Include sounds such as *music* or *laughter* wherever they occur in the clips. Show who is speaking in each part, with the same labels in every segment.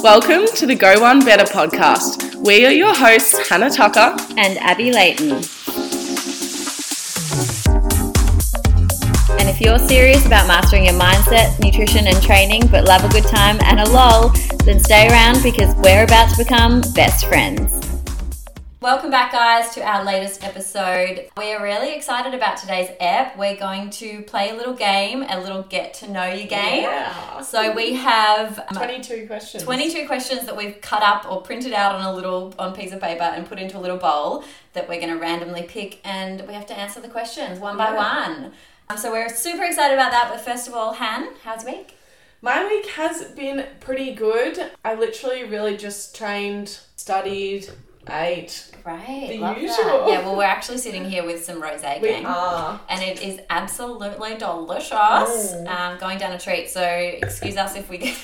Speaker 1: Welcome to the Go One Better podcast. We are your hosts, Hannah Tucker.
Speaker 2: and Abby Layton. And if you're serious about mastering your mindset, nutrition, and training, but love a good time and a lol, then stay around because we're about to become best friends. Welcome back, guys, to our latest episode. We are really excited about today's app. We're going to play a little game, a little get to know you game.
Speaker 1: Yeah.
Speaker 2: So we have um,
Speaker 1: 22 questions.
Speaker 2: 22 questions that we've cut up or printed out on a little on piece of paper and put into a little bowl that we're going to randomly pick and we have to answer the questions one by one um, so we're super excited about that but first of all han how's your week
Speaker 1: My week has been pretty good. I literally really just trained, studied, ate.
Speaker 2: right
Speaker 1: The
Speaker 2: love that.
Speaker 1: usual.
Speaker 2: yeah well we're actually sitting here with some rose
Speaker 1: We
Speaker 2: gang *laughs*
Speaker 1: are.
Speaker 2: and it is absolutely delicious
Speaker 1: Mm.
Speaker 2: um, going down a treat so excuse us if
Speaker 1: *laughs*
Speaker 2: we get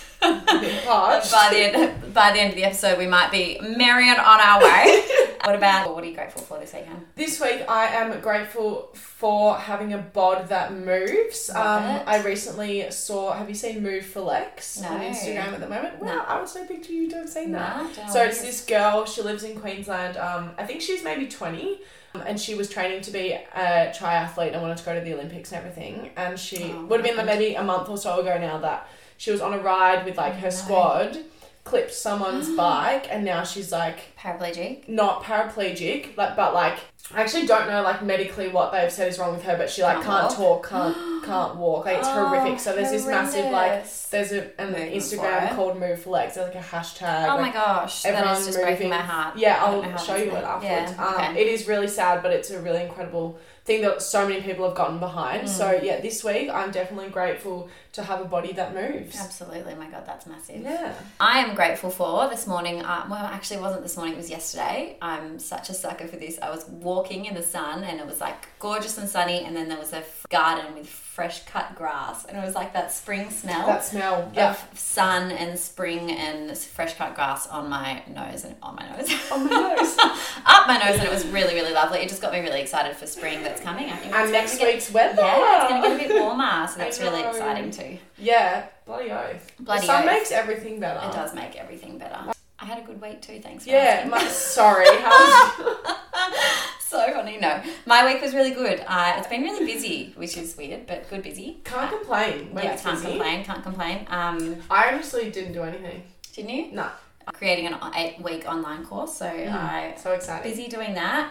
Speaker 1: parched.
Speaker 2: by the end by the end of the episode we might be merry and on our
Speaker 1: *laughs*
Speaker 2: way what about what are you grateful for this weekend
Speaker 1: This week, I am grateful for having a bod that moves.
Speaker 2: Love
Speaker 1: Um,
Speaker 2: it.
Speaker 1: I recently saw. Have you seen Move for Lex on
Speaker 2: No.
Speaker 1: Instagram at the moment? Wow,
Speaker 2: No.
Speaker 1: I was so picture you to have seen that.
Speaker 2: Nah, don't
Speaker 1: So
Speaker 2: worry.
Speaker 1: it's this girl. She lives in Queensland. Um, I think she's maybe twenty, um, and she was training to be a triathlete and wanted to go to the Olympics and everything. And she
Speaker 2: Oh,
Speaker 1: would have been like
Speaker 2: happened.
Speaker 1: maybe a month or so ago now that she was on a ride with like her
Speaker 2: No.
Speaker 1: squad, clipped
Speaker 2: *gasps*
Speaker 1: someone's bike, and now she's like
Speaker 2: paraplegic
Speaker 1: not paraplegic, like but like I actually don't know like medically what they've said is wrong with her, but she like
Speaker 2: Can't
Speaker 1: can't
Speaker 2: walk.
Speaker 1: talk,
Speaker 2: *gasps*
Speaker 1: can't can't walk. Like it's
Speaker 2: Oh,
Speaker 1: horrific. So there's this massive like
Speaker 2: horrendous.
Speaker 1: there's a, an
Speaker 2: Movement
Speaker 1: Instagram
Speaker 2: for it.
Speaker 1: called Move for Legs. There's like a hashtag.
Speaker 2: Oh
Speaker 1: like,
Speaker 2: my gosh, that
Speaker 1: everyone
Speaker 2: is just breaking
Speaker 1: moving.
Speaker 2: my heart.
Speaker 1: Yeah,
Speaker 2: I don't know
Speaker 1: I'll
Speaker 2: how
Speaker 1: show
Speaker 2: that's
Speaker 1: you it
Speaker 2: happened.
Speaker 1: afterwards.
Speaker 2: Yeah,
Speaker 1: Um,
Speaker 2: okay.
Speaker 1: It is really sad, but it's a really incredible thing that so many people have gotten behind. So
Speaker 2: Hmm.
Speaker 1: yeah, this week I'm definitely grateful to have a body that moves.
Speaker 2: Absolutely, oh my God, that's massive.
Speaker 1: Yeah.
Speaker 2: I am grateful for this morning. Uh, well, actually, it wasn't this morning, it was yesterday. I'm such a sucker for this. I was walking in the sun and it was like gorgeous and sunny, and then there was a f- garden with fresh cut grass, and it was like that spring smell.
Speaker 1: That smell. Yeah.
Speaker 2: Of sun and spring and fresh cut grass on my nose and on my nose,
Speaker 1: Oh my nose.
Speaker 2: *laughs* up my nose, and it was really, really lovely. It just got me really excited for spring that's coming. I think
Speaker 1: and
Speaker 2: it's gonna
Speaker 1: next
Speaker 2: get-
Speaker 1: week's weather.
Speaker 2: Yeah, it's gonna get a bit warmer, so
Speaker 1: I
Speaker 2: that's really
Speaker 1: know.
Speaker 2: exciting too.
Speaker 1: *laughs* Yeah, bloody oath.
Speaker 2: Bloody
Speaker 1: the sun
Speaker 2: oath.
Speaker 1: makes everything better.
Speaker 2: It does make everything better. I had a good week too, thanks for
Speaker 1: Yeah,
Speaker 2: asking.
Speaker 1: my, sorry. How was,
Speaker 2: *laughs*
Speaker 1: *laughs*
Speaker 2: so funny, no. My week was really good. Uh, it's been really busy, which is weird, but good busy.
Speaker 1: can't complain when
Speaker 2: yeah,
Speaker 1: it's
Speaker 2: can't
Speaker 1: busy.
Speaker 2: complain, can't complain. Um,
Speaker 1: I honestly didn't do anything.
Speaker 2: didn't you?
Speaker 1: No,
Speaker 2: I'm creating an eight week online course, so
Speaker 1: Mm.
Speaker 2: I
Speaker 1: so excited.
Speaker 2: busy doing that.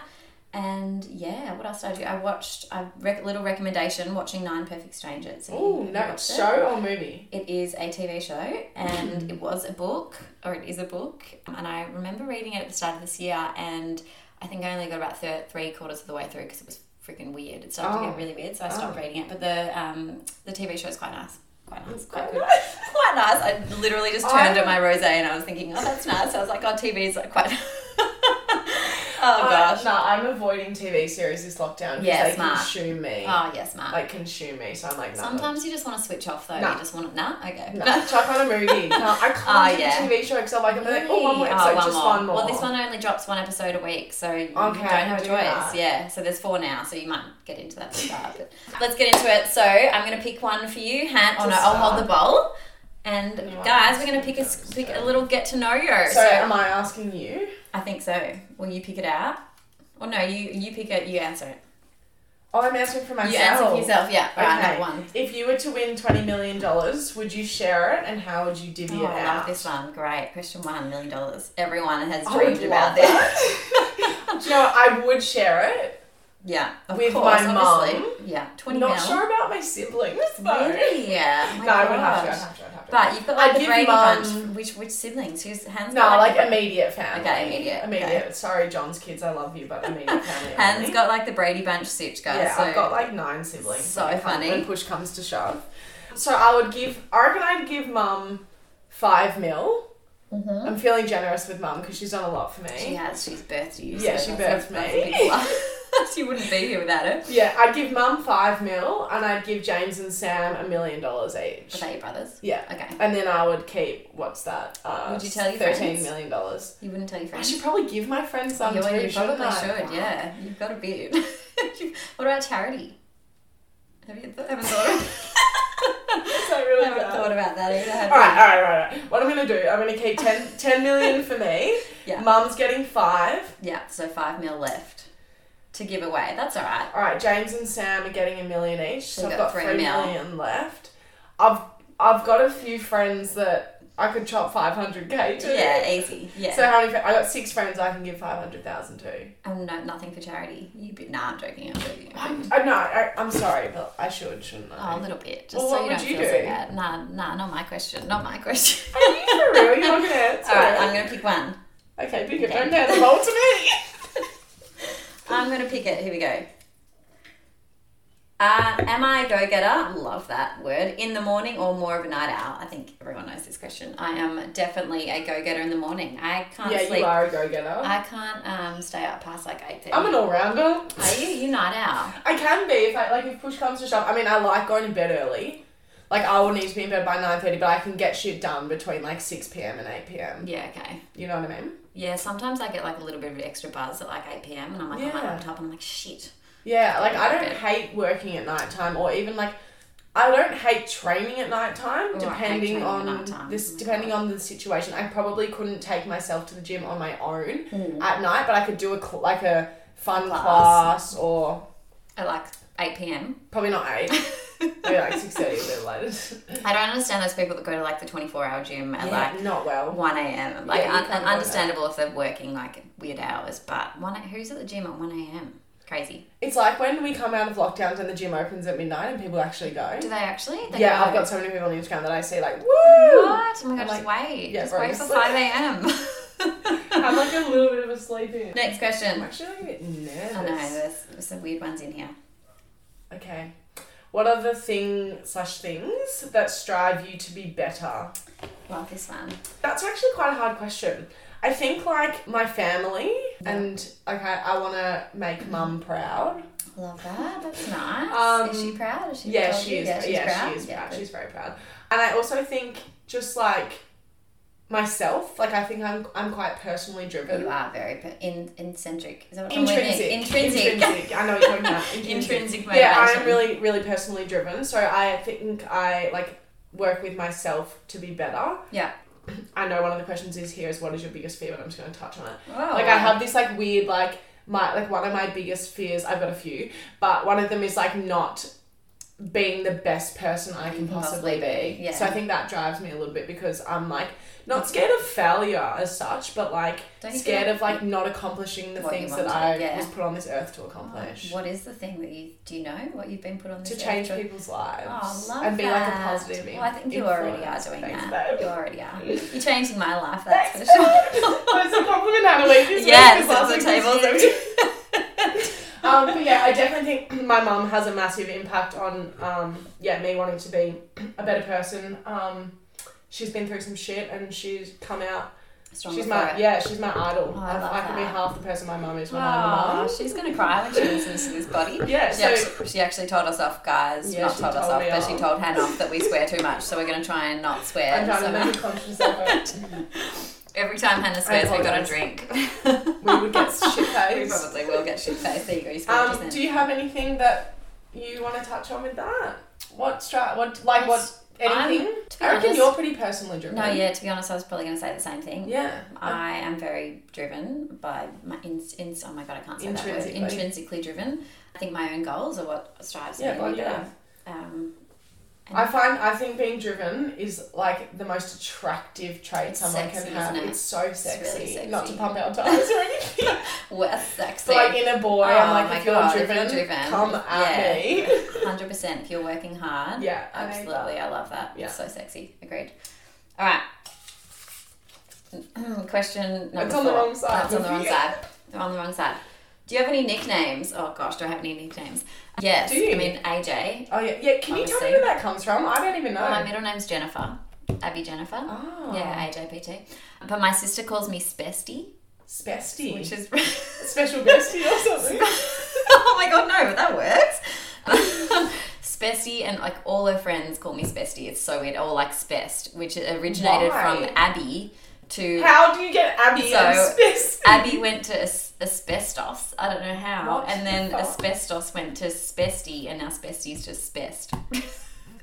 Speaker 2: And yeah, what else did I do? I watched a rec- little recommendation watching Nine Perfect Strangers. Have you-
Speaker 1: Oh
Speaker 2: have you
Speaker 1: no,
Speaker 2: watched it?
Speaker 1: show or movie?
Speaker 2: It is a TV show
Speaker 1: *laughs*
Speaker 2: and it was a book, or it is a book. And I remember reading it at the start of this year, and I think I only got about thir- three quarters of the way through because it was freaking weird. It started to
Speaker 1: Oh.
Speaker 2: get really weird, so I stopped
Speaker 1: Oh.
Speaker 2: reading it. But the um, the TV show is quite nice. Quite nice. Quite
Speaker 1: quite
Speaker 2: good. *laughs* Quite nice. I literally just turned
Speaker 1: I-
Speaker 2: at my rose and I was thinking, oh, that's nice. I was like, oh, TV is like quite. *laughs* oh, gosh.
Speaker 1: no, Uh, I'm avoiding TV series this lockdown because
Speaker 2: Yeah,
Speaker 1: they
Speaker 2: smart.
Speaker 1: consume me.
Speaker 2: Oh, yes, Mark.
Speaker 1: Like consume me, so I'm like, no.
Speaker 2: *laughs* Sometimes you just want to switch off, though.
Speaker 1: uh, Nah.
Speaker 2: You just want to. Nah? Okay.
Speaker 1: No,
Speaker 2: *laughs*
Speaker 1: chuck on a movie. *laughs* No, I can't
Speaker 2: Oh,
Speaker 1: do
Speaker 2: yeah.
Speaker 1: a TV show because I'm like, I'm like, oh, one more
Speaker 2: Yay.
Speaker 1: episode,
Speaker 2: Oh, one
Speaker 1: just
Speaker 2: more.
Speaker 1: one more.
Speaker 2: Well, this one only drops one episode a week, so you
Speaker 1: Okay,
Speaker 2: don't have a
Speaker 1: do
Speaker 2: choice.
Speaker 1: that.
Speaker 2: Yeah, so there's four now, so you might get into that later. but let's get into it. So I'm gonna pick one for you, Han. Oh
Speaker 1: To
Speaker 2: no, I'll
Speaker 1: start.
Speaker 2: hold the bowl. And
Speaker 1: You
Speaker 2: guys,
Speaker 1: are
Speaker 2: we're gonna pick a s- pick a little get to know you.
Speaker 1: So, um, am I asking you?
Speaker 2: I think so. Will you pick it out? Or no, you you pick it. You answer it.
Speaker 1: Oh, I'm answering for myself.
Speaker 2: You answer for yourself. Yeah. All right.
Speaker 1: Okay.
Speaker 2: That one.
Speaker 1: If you were to win twenty million dollars, would you share it, and how would you divvy
Speaker 2: Oh,
Speaker 1: it
Speaker 2: I
Speaker 1: out?
Speaker 2: love this one. Great. Question one, million dollars. Everyone has
Speaker 1: I would
Speaker 2: dreamed about
Speaker 1: love
Speaker 2: this.
Speaker 1: *laughs* Do you know, what? I would share it.
Speaker 2: *laughs* Yeah. Of
Speaker 1: With
Speaker 2: course,
Speaker 1: my mum.
Speaker 2: obviously. Yeah. 20
Speaker 1: Not
Speaker 2: mil.
Speaker 1: sure about my siblings though.
Speaker 2: Really? Yeah. Oh my
Speaker 1: No, I would have
Speaker 2: gosh.
Speaker 1: to. I'd have to. I'd have to.
Speaker 2: But you've got
Speaker 1: I'd
Speaker 2: like the
Speaker 1: give
Speaker 2: Brady
Speaker 1: mum-
Speaker 2: bunch. Which which siblings? Who's hands?
Speaker 1: no,
Speaker 2: got
Speaker 1: like
Speaker 2: the,
Speaker 1: immediate family.
Speaker 2: Okay, immediate,
Speaker 1: Immediate. Sorry, John's kids. I love you, but
Speaker 2: *laughs*
Speaker 1: immediate family.
Speaker 2: Hands
Speaker 1: only.
Speaker 2: got like the Brady bunch suit, guys.
Speaker 1: Yeah,
Speaker 2: so
Speaker 1: I've got like nine siblings.
Speaker 2: So
Speaker 1: when it come-
Speaker 2: funny.
Speaker 1: When push comes to shove. So I would give. I reckon I'd give mum five mil. I'm feeling generous with mum because she's done a lot for me.
Speaker 2: Mm-hmm. she has. She's birthed you.
Speaker 1: Yeah,
Speaker 2: so
Speaker 1: she
Speaker 2: that's-
Speaker 1: birthed
Speaker 2: that's
Speaker 1: me.
Speaker 2: a big plus. *laughs* she wouldn't be here without her.
Speaker 1: Yeah, I'd give Mum five mil, and I'd give James and Sam a million dollars
Speaker 2: Are
Speaker 1: each.
Speaker 2: they your brothers?
Speaker 1: Yeah,
Speaker 2: Okay.
Speaker 1: and then I would keep what's that? Uh,
Speaker 2: Would you tell your
Speaker 1: thirteen
Speaker 2: friends?
Speaker 1: million dollars?
Speaker 2: You wouldn't tell your
Speaker 1: I
Speaker 2: friends.
Speaker 1: should probably give my friends some
Speaker 2: you,
Speaker 1: too.
Speaker 2: you
Speaker 1: shouldn't
Speaker 2: probably
Speaker 1: I? *laughs*
Speaker 2: should. Yeah, you've got a beard. *laughs* what about *laughs* charity? Have you th- haven't thought of?
Speaker 1: Is that really
Speaker 2: I haven't
Speaker 1: bad.
Speaker 2: thought about that either. have
Speaker 1: All right,
Speaker 2: you?
Speaker 1: all right, all right, all right. What I'm gonna do? I'm gonna keep
Speaker 2: *laughs*
Speaker 1: 10, 10 million for me.
Speaker 2: Yeah.
Speaker 1: Mum's getting five.
Speaker 2: Yeah, so five mil left to give away. That's all right.
Speaker 1: All right, James and Sam are getting a million each, so,
Speaker 2: So
Speaker 1: I've
Speaker 2: you've
Speaker 1: got
Speaker 2: got
Speaker 1: three
Speaker 2: three mil.
Speaker 1: million left. I've I've got a few friends that I could chop five hundred k to.
Speaker 2: Yeah, easy. Yeah.
Speaker 1: So how many? fri- I got six friends I can give five hundred thousand to.
Speaker 2: and no, nothing for charity. You be, nah, I'm joking. I'm joking.
Speaker 1: I Uh, no, I, I'm sorry, but I should, shouldn't I?
Speaker 2: Oh, a little bit, just
Speaker 1: Well, what
Speaker 2: so you
Speaker 1: would
Speaker 2: don't
Speaker 1: you
Speaker 2: feel
Speaker 1: do?
Speaker 2: so bad. Nah, nah, not my question. Not my question.
Speaker 1: Are you for real? You're
Speaker 2: *laughs*
Speaker 1: not gonna answer.
Speaker 2: All right,
Speaker 1: it?
Speaker 2: I'm gonna pick one.
Speaker 1: *laughs* Okay, pick it.
Speaker 2: Okay.
Speaker 1: Don't hand the ball
Speaker 2: *laughs*
Speaker 1: to me.
Speaker 2: I'm gonna pick it. Here we go. Uh, am I a go-getter? Love that word. In the morning or more of a night owl? I think everyone knows this question. I am definitely a go-getter in the morning. I can't
Speaker 1: yeah,
Speaker 2: sleep.
Speaker 1: you are a go-getter.
Speaker 2: I can't um, stay up past like eight thirty.
Speaker 1: I'm an all-rounder.
Speaker 2: Are you? You night owl?
Speaker 1: I can be if I like if push comes to shove. I mean, I like going to bed early. Like I will need to be in bed by nine thirty, but I can get shit done between like six pm and eight pm.
Speaker 2: Yeah. Okay.
Speaker 1: You know what I mean?
Speaker 2: Yeah. Sometimes I get like a little bit of extra buzz at like eight pm, and I'm like on my
Speaker 1: Yeah.
Speaker 2: laptop, and I'm like, shit.
Speaker 1: Yeah, like I don't
Speaker 2: Okay.
Speaker 1: hate working at night time or even like I don't hate training at night time.
Speaker 2: Oh, I
Speaker 1: depending
Speaker 2: hate training at
Speaker 1: on
Speaker 2: nighttime.
Speaker 1: this,
Speaker 2: Oh my
Speaker 1: depending on the situation, I probably couldn't take myself to the gym on my own at night, but I could do a cl- like a fun
Speaker 2: Hmm. Class.
Speaker 1: class or
Speaker 2: At like eight pm. *laughs*
Speaker 1: probably not eight, maybe like six thirty a bit later.
Speaker 2: I don't understand those people that go to like the 24 hour gym at
Speaker 1: like not well.
Speaker 2: like 1 a.m. Like,
Speaker 1: Yeah, you
Speaker 2: un-
Speaker 1: can't go
Speaker 2: understandable if they're working like weird hours, but one, who's at the gym at 1 a.m.? Crazy.
Speaker 1: It's like when we come out of lockdowns and the gym opens at midnight and people actually go.
Speaker 2: Do they actually? They
Speaker 1: Yeah,
Speaker 2: go- *laughs*
Speaker 1: I've got so many people on Instagram that I see like, woo!
Speaker 2: What? Oh my god,
Speaker 1: I'm
Speaker 2: just wait.
Speaker 1: yeah,
Speaker 2: just
Speaker 1: bro,
Speaker 2: wait
Speaker 1: just
Speaker 2: for
Speaker 1: like- *laughs*
Speaker 2: 5 a.m.
Speaker 1: Have like a little bit of a sleep in.
Speaker 2: *laughs* Next
Speaker 1: I'm *laughs*
Speaker 2: question.
Speaker 1: actually like, a bit nervous.
Speaker 2: I know, there's, there's some weird ones in here.
Speaker 1: Okay. What are the thing slash things that strive you to be better?
Speaker 2: Love this one.
Speaker 1: That's actually quite a hard question. I think like my family and like I, I want to make mum
Speaker 2: *laughs*
Speaker 1: proud.
Speaker 2: Love that. That's nice.
Speaker 1: Um,
Speaker 2: is she proud? Is she
Speaker 1: yeah,
Speaker 2: told
Speaker 1: she
Speaker 2: you?
Speaker 1: is.
Speaker 2: Yeah, she's proud.
Speaker 1: she is proud.
Speaker 2: good.
Speaker 1: She's very proud. And I also think just like myself, like I think I'm I'm quite personally driven.
Speaker 2: You are very per- in, intrinsic. Is that what
Speaker 1: Intrinsic.
Speaker 2: I'm Intrinsic.
Speaker 1: Intrinsic. I know what you're talking about.
Speaker 2: Intrinsic
Speaker 1: Yeah, I
Speaker 2: motivation.
Speaker 1: am really, really personally driven. So I think I like work with myself to be better.
Speaker 2: *laughs* Yeah.
Speaker 1: I know one of the questions is here is what is your biggest fear, but I'm just going to touch on it.
Speaker 2: Oh,
Speaker 1: Like I have this like weird like my like one of my biggest fears. I've got a few, but one of them is like not being the best person I can possibly be.
Speaker 2: yeah.
Speaker 1: So I think that drives me a little bit because I'm like not scared of failure as such, but like
Speaker 2: Don't you
Speaker 1: scared
Speaker 2: feel
Speaker 1: of like not accomplishing the
Speaker 2: what you
Speaker 1: things
Speaker 2: want
Speaker 1: that
Speaker 2: to,
Speaker 1: I
Speaker 2: yeah. Oh,
Speaker 1: was put on this earth to accomplish.
Speaker 2: What is the thing that you do you know what you've been put on this
Speaker 1: to
Speaker 2: earth
Speaker 1: change people's lives
Speaker 2: Oh, love
Speaker 1: and be like a
Speaker 2: that.
Speaker 1: positive.
Speaker 2: Well, I think you already are
Speaker 1: influence.
Speaker 2: doing
Speaker 1: Thanks,
Speaker 2: that.
Speaker 1: babe.
Speaker 2: You
Speaker 1: *laughs*
Speaker 2: already are. You're changing my life. That's for *laughs* sure.
Speaker 1: It's a compliment, Natalie. This
Speaker 2: yes,
Speaker 1: week, 'cause
Speaker 2: it's
Speaker 1: last week
Speaker 2: on
Speaker 1: was
Speaker 2: the
Speaker 1: you.
Speaker 2: table. *laughs*
Speaker 1: um, but yeah, I definitely think my mum has a massive impact on um, yeah me wanting to be a better person. Um, she's been through some shit and she's come out.
Speaker 2: Strong
Speaker 1: she's
Speaker 2: before
Speaker 1: my
Speaker 2: it.
Speaker 1: yeah, she's my idol.
Speaker 2: Oh, I
Speaker 1: I,
Speaker 2: love
Speaker 1: I can be
Speaker 2: that.
Speaker 1: half the person my mum is when I'm a
Speaker 2: Oh,
Speaker 1: mum.
Speaker 2: she's gonna cry when she listens to this body.
Speaker 1: Yeah,
Speaker 2: She,
Speaker 1: so-
Speaker 2: actually, she actually told us off, guys.
Speaker 1: Yeah,
Speaker 2: not
Speaker 1: she
Speaker 2: told us
Speaker 1: told
Speaker 2: off,
Speaker 1: me
Speaker 2: but she
Speaker 1: off.
Speaker 2: told Hannah off that we swear too much. So we're gonna try and not swear.
Speaker 1: I'm trying to
Speaker 2: somehow.
Speaker 1: make
Speaker 2: *laughs*
Speaker 1: a conscious effort.
Speaker 2: Every time Hannah swears, we got a
Speaker 1: apologise. *laughs*
Speaker 2: drink.
Speaker 1: We would get shit
Speaker 2: *laughs* we
Speaker 1: faced.
Speaker 2: probably will get shit faced. There you go. You scored
Speaker 1: Um,
Speaker 2: just
Speaker 1: do
Speaker 2: then.
Speaker 1: you have anything that you want to touch on with that? What stra- What like what
Speaker 2: I'm-
Speaker 1: anything?
Speaker 2: to be
Speaker 1: I reckon
Speaker 2: honest-
Speaker 1: you're pretty personally driven.
Speaker 2: Uh-huh. No, yeah. To be honest, I was probably gonna say the same thing.
Speaker 1: Yeah.
Speaker 2: I am very driven by my ins, ins oh my god I can't say that word
Speaker 1: Intrinsically.
Speaker 2: intrinsically driven. I think my own goals are what strives
Speaker 1: Yeah,
Speaker 2: me
Speaker 1: well,
Speaker 2: to be
Speaker 1: yeah.
Speaker 2: better. Um,
Speaker 1: I find I think being driven is like the most attractive trait
Speaker 2: It's
Speaker 1: someone
Speaker 2: sexy,
Speaker 1: can have.
Speaker 2: isn't it?
Speaker 1: It's so
Speaker 2: really
Speaker 1: sexy. Not to
Speaker 2: sexy.
Speaker 1: pump out times or
Speaker 2: *laughs*
Speaker 1: anything.
Speaker 2: we're sexy.
Speaker 1: But like in a boy,
Speaker 2: Oh
Speaker 1: I'm
Speaker 2: my
Speaker 1: like, if you're,
Speaker 2: God, if
Speaker 1: driven,
Speaker 2: you're driven,
Speaker 1: come at
Speaker 2: *laughs*
Speaker 1: me.
Speaker 2: Hundred percent. If you're working hard,
Speaker 1: Yeah, I like
Speaker 2: absolutely. I love that.
Speaker 1: Yeah.
Speaker 2: It's so sexy. Agreed. All right. *clears throat* Question number
Speaker 1: It's on the
Speaker 2: four.
Speaker 1: wrong side.
Speaker 2: That's on the wrong
Speaker 1: Yeah.
Speaker 2: side. They're on the wrong side. Do you have any nicknames? Oh gosh, do I have any nicknames? Yes.
Speaker 1: Do you?
Speaker 2: I mean AJ.
Speaker 1: Oh yeah, yeah. Can you tell me
Speaker 2: Obviously.
Speaker 1: where that comes from? I don't even know.
Speaker 2: Well, my middle name's Jennifer. Abby Jennifer.
Speaker 1: oh,
Speaker 2: Yeah, AJPT. But my sister calls me Spesty,
Speaker 1: Spesty.
Speaker 2: which is *laughs*
Speaker 1: Special bestie or something.
Speaker 2: oh my god, no, but that works. *laughs* Spesty and like all her friends call me Spesty. It's so weird. Or like Spest, which originated
Speaker 1: Why?
Speaker 2: from Abby to
Speaker 1: How do you get Abby and
Speaker 2: So, *laughs*
Speaker 1: Spesty?
Speaker 2: Abby went to as- asbestos. I don't know how,
Speaker 1: What
Speaker 2: and then
Speaker 1: the fuck? *laughs*
Speaker 2: asbestos went to Spesty, and now Spesty's just Spest.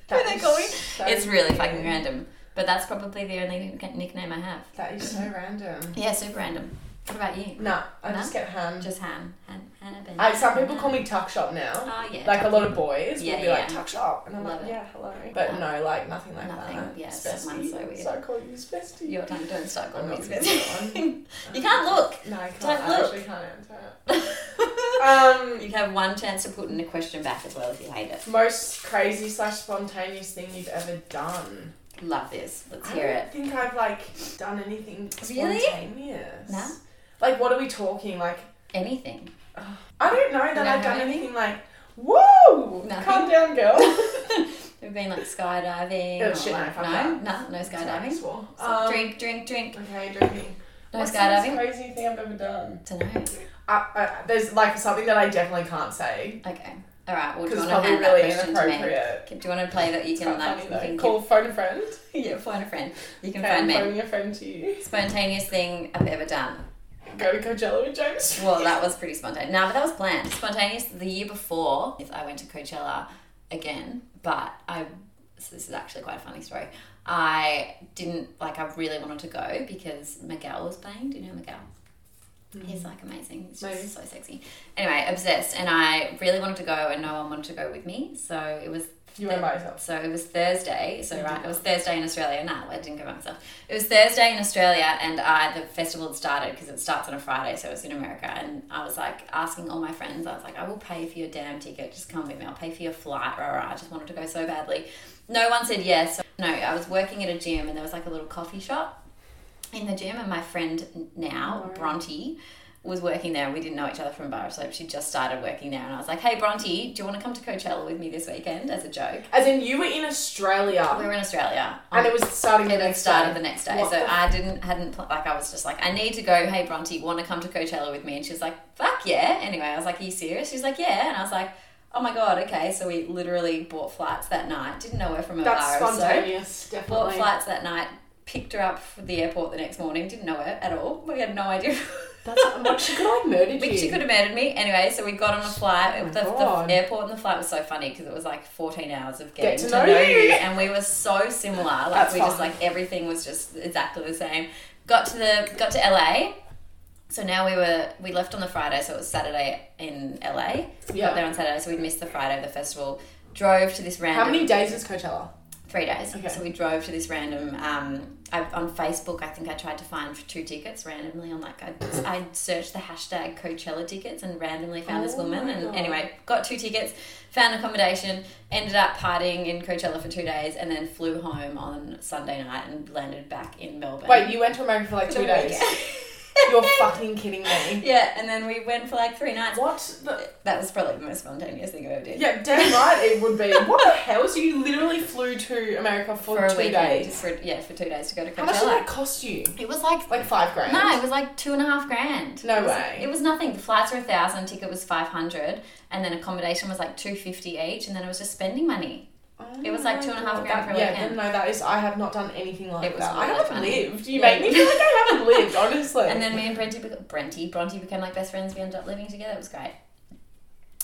Speaker 1: That
Speaker 2: they're
Speaker 1: is
Speaker 2: going.
Speaker 1: so
Speaker 2: it's really fucking
Speaker 1: weird.
Speaker 2: random. But that's probably the only nick- nickname I have.
Speaker 1: That is so random.
Speaker 2: Yeah, super random. What about you?
Speaker 1: Nah, I
Speaker 2: No?
Speaker 1: just get ham.
Speaker 2: Just Han. Han, Hannah Ben.
Speaker 1: I, some people call me tuck shop now.
Speaker 2: Oh, yeah.
Speaker 1: Like a lot of boys
Speaker 2: Yeah,
Speaker 1: will be like
Speaker 2: yeah.
Speaker 1: tuck shop, and I'm
Speaker 2: Love
Speaker 1: like,
Speaker 2: it.
Speaker 1: yeah, hello. But
Speaker 2: Um,
Speaker 1: no, like nothing like
Speaker 2: nothing.
Speaker 1: that.
Speaker 2: Yeah, it's-
Speaker 1: Bestie.
Speaker 2: mine's so weird.
Speaker 1: So I call you bestie. *laughs*
Speaker 2: Your time, don't start
Speaker 1: I'm
Speaker 2: calling me
Speaker 1: not gonna
Speaker 2: Spencer.
Speaker 1: do
Speaker 2: You can't look.
Speaker 1: No, I can't.
Speaker 2: Don't
Speaker 1: I
Speaker 2: look.
Speaker 1: actually can't answer it. Um,
Speaker 2: *laughs* you have one chance to put in a question back as well if you hate it.
Speaker 1: most crazy slash spontaneous thing you've ever done.
Speaker 2: Love this. Let's
Speaker 1: I
Speaker 2: hear
Speaker 1: don't
Speaker 2: it.
Speaker 1: think I've like done anything
Speaker 2: Really?
Speaker 1: spontaneous.
Speaker 2: No?
Speaker 1: Like, what are we talking? Like,
Speaker 2: Anything.
Speaker 1: I don't know that
Speaker 2: don't
Speaker 1: I've done
Speaker 2: know
Speaker 1: anything like, whoa,
Speaker 2: Nothing?
Speaker 1: calm down,
Speaker 2: *laughs*
Speaker 1: girl.
Speaker 2: We've been like skydiving.
Speaker 1: Oh,
Speaker 2: or
Speaker 1: shit, no,
Speaker 2: like,
Speaker 1: fuck
Speaker 2: no,
Speaker 1: that.
Speaker 2: no, no skydiving.
Speaker 1: Well,
Speaker 2: So
Speaker 1: um,
Speaker 2: drink, drink, drink.
Speaker 1: Okay, drinking.
Speaker 2: No
Speaker 1: What's the
Speaker 2: skydiving.
Speaker 1: most crazy thing I've ever done?
Speaker 2: Dunno.
Speaker 1: I, I, there's like something that I definitely can't say
Speaker 2: Okay. All right. Well, do
Speaker 1: because
Speaker 2: you
Speaker 1: it's
Speaker 2: want to
Speaker 1: probably really
Speaker 2: hand that question to me?
Speaker 1: inappropriate.
Speaker 2: Do you want to play that you
Speaker 1: It's
Speaker 2: can
Speaker 1: quite
Speaker 2: like
Speaker 1: funny,
Speaker 2: you
Speaker 1: though.
Speaker 2: can
Speaker 1: Call phone a friend.
Speaker 2: give, *laughs* yeah find a friend. You can
Speaker 1: Okay,
Speaker 2: find
Speaker 1: I'm
Speaker 2: me.
Speaker 1: phoning a friend to you.
Speaker 2: Spontaneous thing I've ever done.
Speaker 1: Go to Coachella with James.
Speaker 2: Well, that was pretty spontaneous. No, but that was planned. Spontaneous the year before, if I went to Coachella again, but I. So this is actually quite a funny story. I didn't like. I really wanted to go because Miguel was playing. Do you know Miguel? He's like amazing. He's
Speaker 1: Maybe.
Speaker 2: just so sexy. Anyway, obsessed, and I really wanted to go, and no one wanted to go with me. So it was
Speaker 1: You went by yourself.
Speaker 2: So it was Thursday. So
Speaker 1: You
Speaker 2: right,
Speaker 1: did
Speaker 2: it was Thursday in Australia. No, I didn't go by myself. It was Thursday in Australia, and I the festival had started because it starts on a Friday, so it was in America. And I was like asking all my friends. I was like, I will pay for your damn ticket. Just come with me. I'll pay for your flight. Rah, rah. I just wanted to go so badly. No one said yes. No, I was working at a gym, and there was like a little coffee shop in the gym, and my friend now
Speaker 1: Alright.
Speaker 2: Bronte. Was working there and we didn't know each other from a bar of soap. She just started working there, and I was like, "Hey, Bronte, do you want to come to Coachella with me this weekend?" as a joke.
Speaker 1: As in, you were in Australia,
Speaker 2: We were in Australia.
Speaker 1: and it was starting the
Speaker 2: it had
Speaker 1: next
Speaker 2: started
Speaker 1: day.
Speaker 2: the next day,
Speaker 1: What
Speaker 2: so
Speaker 1: the-
Speaker 2: I didn't hadn't pl- like I was just like I need to go. Hey Bronte, want to come to Coachella with me? And she was like, "Fuck yeah!" Anyway, I was like, "Are you serious?" She's like, "Yeah," and I was like, "Oh my god, okay." So we literally bought flights that night. Didn't know her from a
Speaker 1: That's
Speaker 2: bar, so
Speaker 1: spontaneous,
Speaker 2: bought
Speaker 1: definitely.
Speaker 2: flights that night. Picked her up from the airport the next morning. Didn't know her at all. We had no idea. *laughs*
Speaker 1: That's what she could have murdered
Speaker 2: We-
Speaker 1: you.
Speaker 2: She could have murdered me. Anyway, so we got on a flight.
Speaker 1: Oh my
Speaker 2: the,
Speaker 1: God.
Speaker 2: the airport and the flight was so funny because it was like 14 hours of getting
Speaker 1: Get
Speaker 2: to,
Speaker 1: to
Speaker 2: know,
Speaker 1: know
Speaker 2: you.
Speaker 1: you.
Speaker 2: And we were so similar. Like,
Speaker 1: That's
Speaker 2: we just
Speaker 1: fun.
Speaker 2: like everything was just exactly the same. Got to the, got to LA. So now we were, we left on the Friday, so it was Saturday in LA.
Speaker 1: Yeah.
Speaker 2: Got there on Saturday, so we missed the Friday of the festival. Drove to this random
Speaker 1: How many days is Coachella?
Speaker 2: three days.
Speaker 1: Okay.
Speaker 2: So we drove to this random. Um, I, on Facebook, I think I tried to find two tickets randomly. On like I, I searched the hashtag Coachella tickets and randomly found this
Speaker 1: Oh
Speaker 2: woman.
Speaker 1: my
Speaker 2: And
Speaker 1: God.
Speaker 2: anyway, got two tickets, found accommodation, ended up partying in Coachella for two days, and then flew home on Sunday night and landed back in Melbourne.
Speaker 1: Wait, you went to America for like
Speaker 2: For the
Speaker 1: two days.
Speaker 2: weekend. *laughs*
Speaker 1: You're fucking kidding me.
Speaker 2: yeah, and then we went for like three nights.
Speaker 1: What? The...
Speaker 2: That was probably the most spontaneous thing I ever did.
Speaker 1: Yeah, damn right it would be. What the hell? So you literally flew to America for,
Speaker 2: for a
Speaker 1: two
Speaker 2: weekend,
Speaker 1: days.
Speaker 2: For, yeah, for two days to go to Coachella.
Speaker 1: How much did that cost you?
Speaker 2: it was like
Speaker 1: Like five grand.
Speaker 2: No, it was like two and a half grand.
Speaker 1: No
Speaker 2: It was-
Speaker 1: way.
Speaker 2: It was nothing. The flights were a thousand, ticket was five hundred, and then accommodation was like two fifty each, and then it was just spending money.
Speaker 1: Oh
Speaker 2: it was like
Speaker 1: my
Speaker 2: two and a half
Speaker 1: God,
Speaker 2: grand
Speaker 1: that-
Speaker 2: for a
Speaker 1: yeah,
Speaker 2: weekend.
Speaker 1: No, that is. I have not done anything like
Speaker 2: It was
Speaker 1: that. I
Speaker 2: really
Speaker 1: haven't
Speaker 2: funny.
Speaker 1: lived. You
Speaker 2: Yeah.
Speaker 1: make me feel like I haven't lived. Honestly.
Speaker 2: And then me and Brenty, bec- Brenty, Bronte became like best friends. We ended up living together. It was great.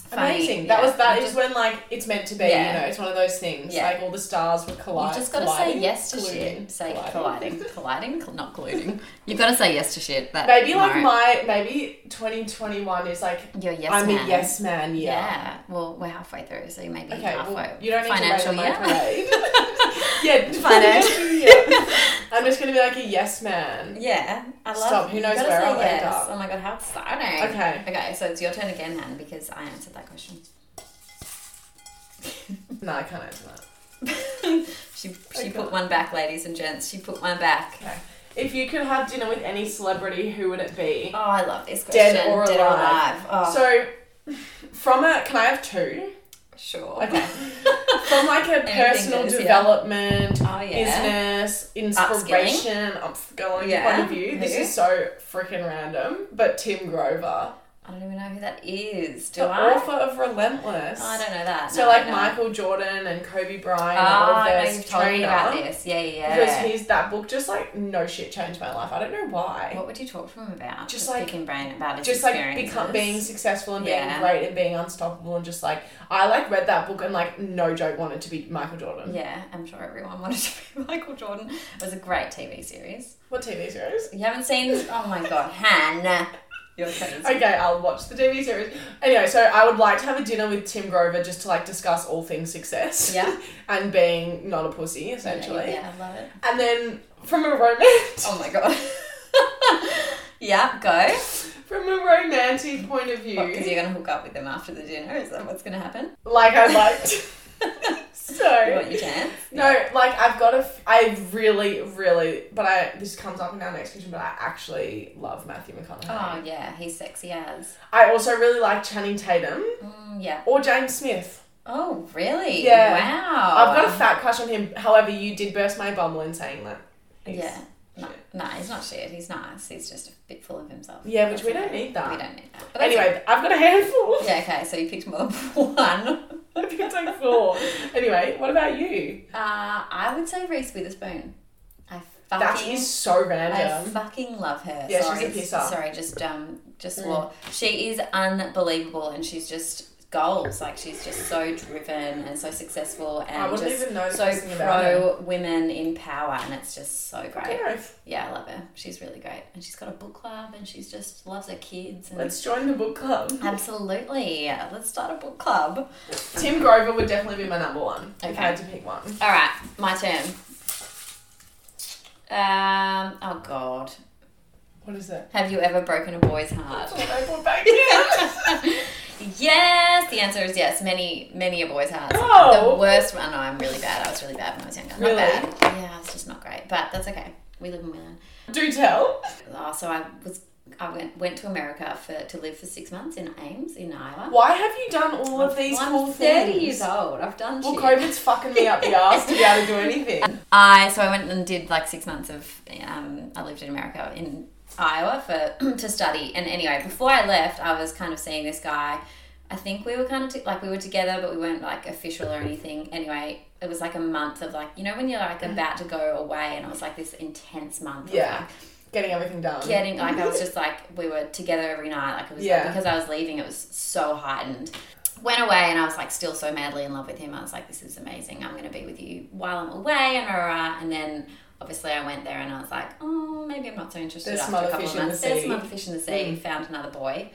Speaker 2: Funny,
Speaker 1: Amazing.
Speaker 2: yeah.
Speaker 1: That was that
Speaker 2: You
Speaker 1: is
Speaker 2: just-
Speaker 1: when like it's meant to be.
Speaker 2: Yeah.
Speaker 1: You know, it's one of those things.
Speaker 2: Yeah.
Speaker 1: Like all the stars were colli-
Speaker 2: You've just got to say
Speaker 1: colliding.
Speaker 2: yes to
Speaker 1: colluding,
Speaker 2: shit. Say
Speaker 1: colliding.
Speaker 2: colliding,
Speaker 1: *laughs*
Speaker 2: colliding, cl- not colluding. You've got to say yes to shit. That
Speaker 1: Maybe like
Speaker 2: no.
Speaker 1: my maybe twenty twenty one is like
Speaker 2: You're yes
Speaker 1: I'm
Speaker 2: man.
Speaker 1: a yes man.
Speaker 2: Yeah.
Speaker 1: Yeah.
Speaker 2: Well, we're halfway through, so maybe
Speaker 1: Okay.
Speaker 2: halfway.
Speaker 1: Well, you don't need
Speaker 2: Financial
Speaker 1: to wait on my
Speaker 2: year. *laughs*
Speaker 1: parade. yeah.
Speaker 2: Financial. *laughs*
Speaker 1: yeah. I'm just gonna be like a yes man.
Speaker 2: Yeah, I love.
Speaker 1: Stop, who
Speaker 2: you
Speaker 1: knows
Speaker 2: gotta
Speaker 1: where
Speaker 2: say
Speaker 1: I'll end
Speaker 2: yes.
Speaker 1: up.
Speaker 2: Oh my god, how exciting!
Speaker 1: Okay.
Speaker 2: okay. So it's your turn again, Han, because I answered that question. *laughs*
Speaker 1: No, I can't answer that.
Speaker 2: she she put one back, ladies and gents. She put one back.
Speaker 1: Okay. If you could have dinner with any celebrity, who would it be?
Speaker 2: Oh, I love this question.
Speaker 1: Dead or alive.
Speaker 2: Oh,
Speaker 1: So, from a can I have two?
Speaker 2: sure.
Speaker 1: Okay. *laughs* From like a
Speaker 2: Oh, *laughs* Anything
Speaker 1: personal
Speaker 2: goes, yeah.
Speaker 1: development,
Speaker 2: Oh yeah.
Speaker 1: business, inspiration, upskilling
Speaker 2: Yeah.
Speaker 1: point of view. This
Speaker 2: Who?
Speaker 1: is so freaking random, but Tim Grover.
Speaker 2: I don't even know who that is. Do
Speaker 1: the
Speaker 2: I? Oh,
Speaker 1: author of Relentless.
Speaker 2: I don't know that.
Speaker 1: So
Speaker 2: No,
Speaker 1: like
Speaker 2: no.
Speaker 1: Michael Jordan and Kobe Bryant, all
Speaker 2: Ah,
Speaker 1: of
Speaker 2: I
Speaker 1: their
Speaker 2: know you've told me
Speaker 1: trainer,
Speaker 2: about this. Yeah, yeah.
Speaker 1: Because
Speaker 2: yeah.
Speaker 1: he's that book just like no shit changed my life. I don't know why.
Speaker 2: What would you talk to him about?
Speaker 1: Just like-
Speaker 2: picking brain about his
Speaker 1: just like become,
Speaker 2: experiences?
Speaker 1: being successful and being
Speaker 2: Yeah.
Speaker 1: great and being unstoppable and just like I like read that book and like no joke wanted to be Michael Jordan.
Speaker 2: Yeah, I'm sure everyone *laughs* wanted to be Michael Jordan. It was a great TV series.
Speaker 1: What TV series?
Speaker 2: You haven't seen? Oh my god, Han. You're crazy.
Speaker 1: Okay, I'll watch the TV series. Anyway, so I would like to have a dinner with Tim Grover just to like discuss all things success. *laughs*
Speaker 2: Yeah.
Speaker 1: and being not a pussy essentially.
Speaker 2: Yeah, I love it.
Speaker 1: And then from a romance
Speaker 2: Oh my god. *laughs* yeah, go.
Speaker 1: *laughs* from a romantic point of view.
Speaker 2: Because you're gonna hook up with them after the dinner. Is that what's
Speaker 1: *laughs*
Speaker 2: gonna happen?
Speaker 1: like I
Speaker 2: *laughs*
Speaker 1: liked.
Speaker 2: You
Speaker 1: so
Speaker 2: want your chance?
Speaker 1: no, like I've got a, f- I really, really, but I this comes up in our next question, but I actually love Matthew McConaughey.
Speaker 2: Oh yeah, he's sexy as.
Speaker 1: I also really like Channing Tatum
Speaker 2: Mm, yeah.
Speaker 1: or James Smith.
Speaker 2: Oh really?
Speaker 1: Yeah.
Speaker 2: Wow.
Speaker 1: I've got a fat crush on him. However, you did burst my bubble in saying that. He's-
Speaker 2: Yeah. No, no, he's not shit. He's nice. He's just a bit full of himself.
Speaker 1: Yeah, which we
Speaker 2: That's
Speaker 1: don't
Speaker 2: okay.
Speaker 1: need that.
Speaker 2: We don't need that. But that's
Speaker 1: Anyway, I've got a handful. *laughs*
Speaker 2: okay. Yeah, okay. So you picked more than *laughs* one.
Speaker 1: I think it's like four. Anyway, what about you?
Speaker 2: Uh, I would say Reese Witherspoon. I fucking,
Speaker 1: That is so
Speaker 2: I
Speaker 1: random.
Speaker 2: fucking love her.
Speaker 1: Yeah, she's
Speaker 2: sorry,
Speaker 1: a pisser. Mm.
Speaker 2: sorry, just um, just swore. She is unbelievable, and she's just goals. Like she's just so driven and so successful, and
Speaker 1: I wouldn't
Speaker 2: just
Speaker 1: even know the
Speaker 2: so
Speaker 1: first thing about
Speaker 2: pro women in power, and it's just so great.
Speaker 1: Okay,
Speaker 2: Yeah, I love her. She's really great, and she's got a book club, and she's just loves her kids. And
Speaker 1: let's join the book club.
Speaker 2: absolutely, let's start a book club.
Speaker 1: Tim Grover would definitely be my number one if
Speaker 2: Okay.
Speaker 1: I had to pick one.
Speaker 2: All right, my turn. Um. Oh God.
Speaker 1: What is that?
Speaker 2: Have you ever broken a boy's heart?
Speaker 1: Oh, back in.
Speaker 2: *laughs* yes. The answer is yes. Many, many a boy's heart.
Speaker 1: Oh.
Speaker 2: The worst one. No, I'm really bad. I was really bad when I was younger.
Speaker 1: Really?
Speaker 2: Not bad. Yeah, it's just not great. But that's okay. We live and we learn.
Speaker 1: Do tell.
Speaker 2: Oh, so I was. I went went to America for to live for six months in Ames in Iowa.
Speaker 1: Why have you done all of these
Speaker 2: I'm
Speaker 1: cool
Speaker 2: 30
Speaker 1: things?
Speaker 2: years old. I've done
Speaker 1: Well,
Speaker 2: shit.
Speaker 1: COVID's fucking me up the ass to be able to do
Speaker 2: *laughs*
Speaker 1: anything.
Speaker 2: I so I went and did like six months of um, I lived in America in Iowa for *clears throat* to study. And anyway, before I left, I was kind of seeing this guy. I think we were kind of t- like we were together, but we weren't like official or anything. Anyway, it was like a month of like you know when you're like about to go away, and it was like this intense month. of,
Speaker 1: Yeah.
Speaker 2: like,
Speaker 1: Getting everything done.
Speaker 2: getting like I was just like we were together every night. Like it was
Speaker 1: Yeah.
Speaker 2: like, because I was leaving, it was so heightened. Went away and I was like still so madly in love with him. I was like, this is amazing. I'm gonna be with you while I'm away and rah, rah. and then obviously I went there and I was like, oh, maybe I'm not so interested
Speaker 1: There's
Speaker 2: after
Speaker 1: some
Speaker 2: a
Speaker 1: other
Speaker 2: couple
Speaker 1: fish
Speaker 2: of
Speaker 1: in the
Speaker 2: months. There's some
Speaker 1: sea. Mm.
Speaker 2: other fish in the sea. Found another boy.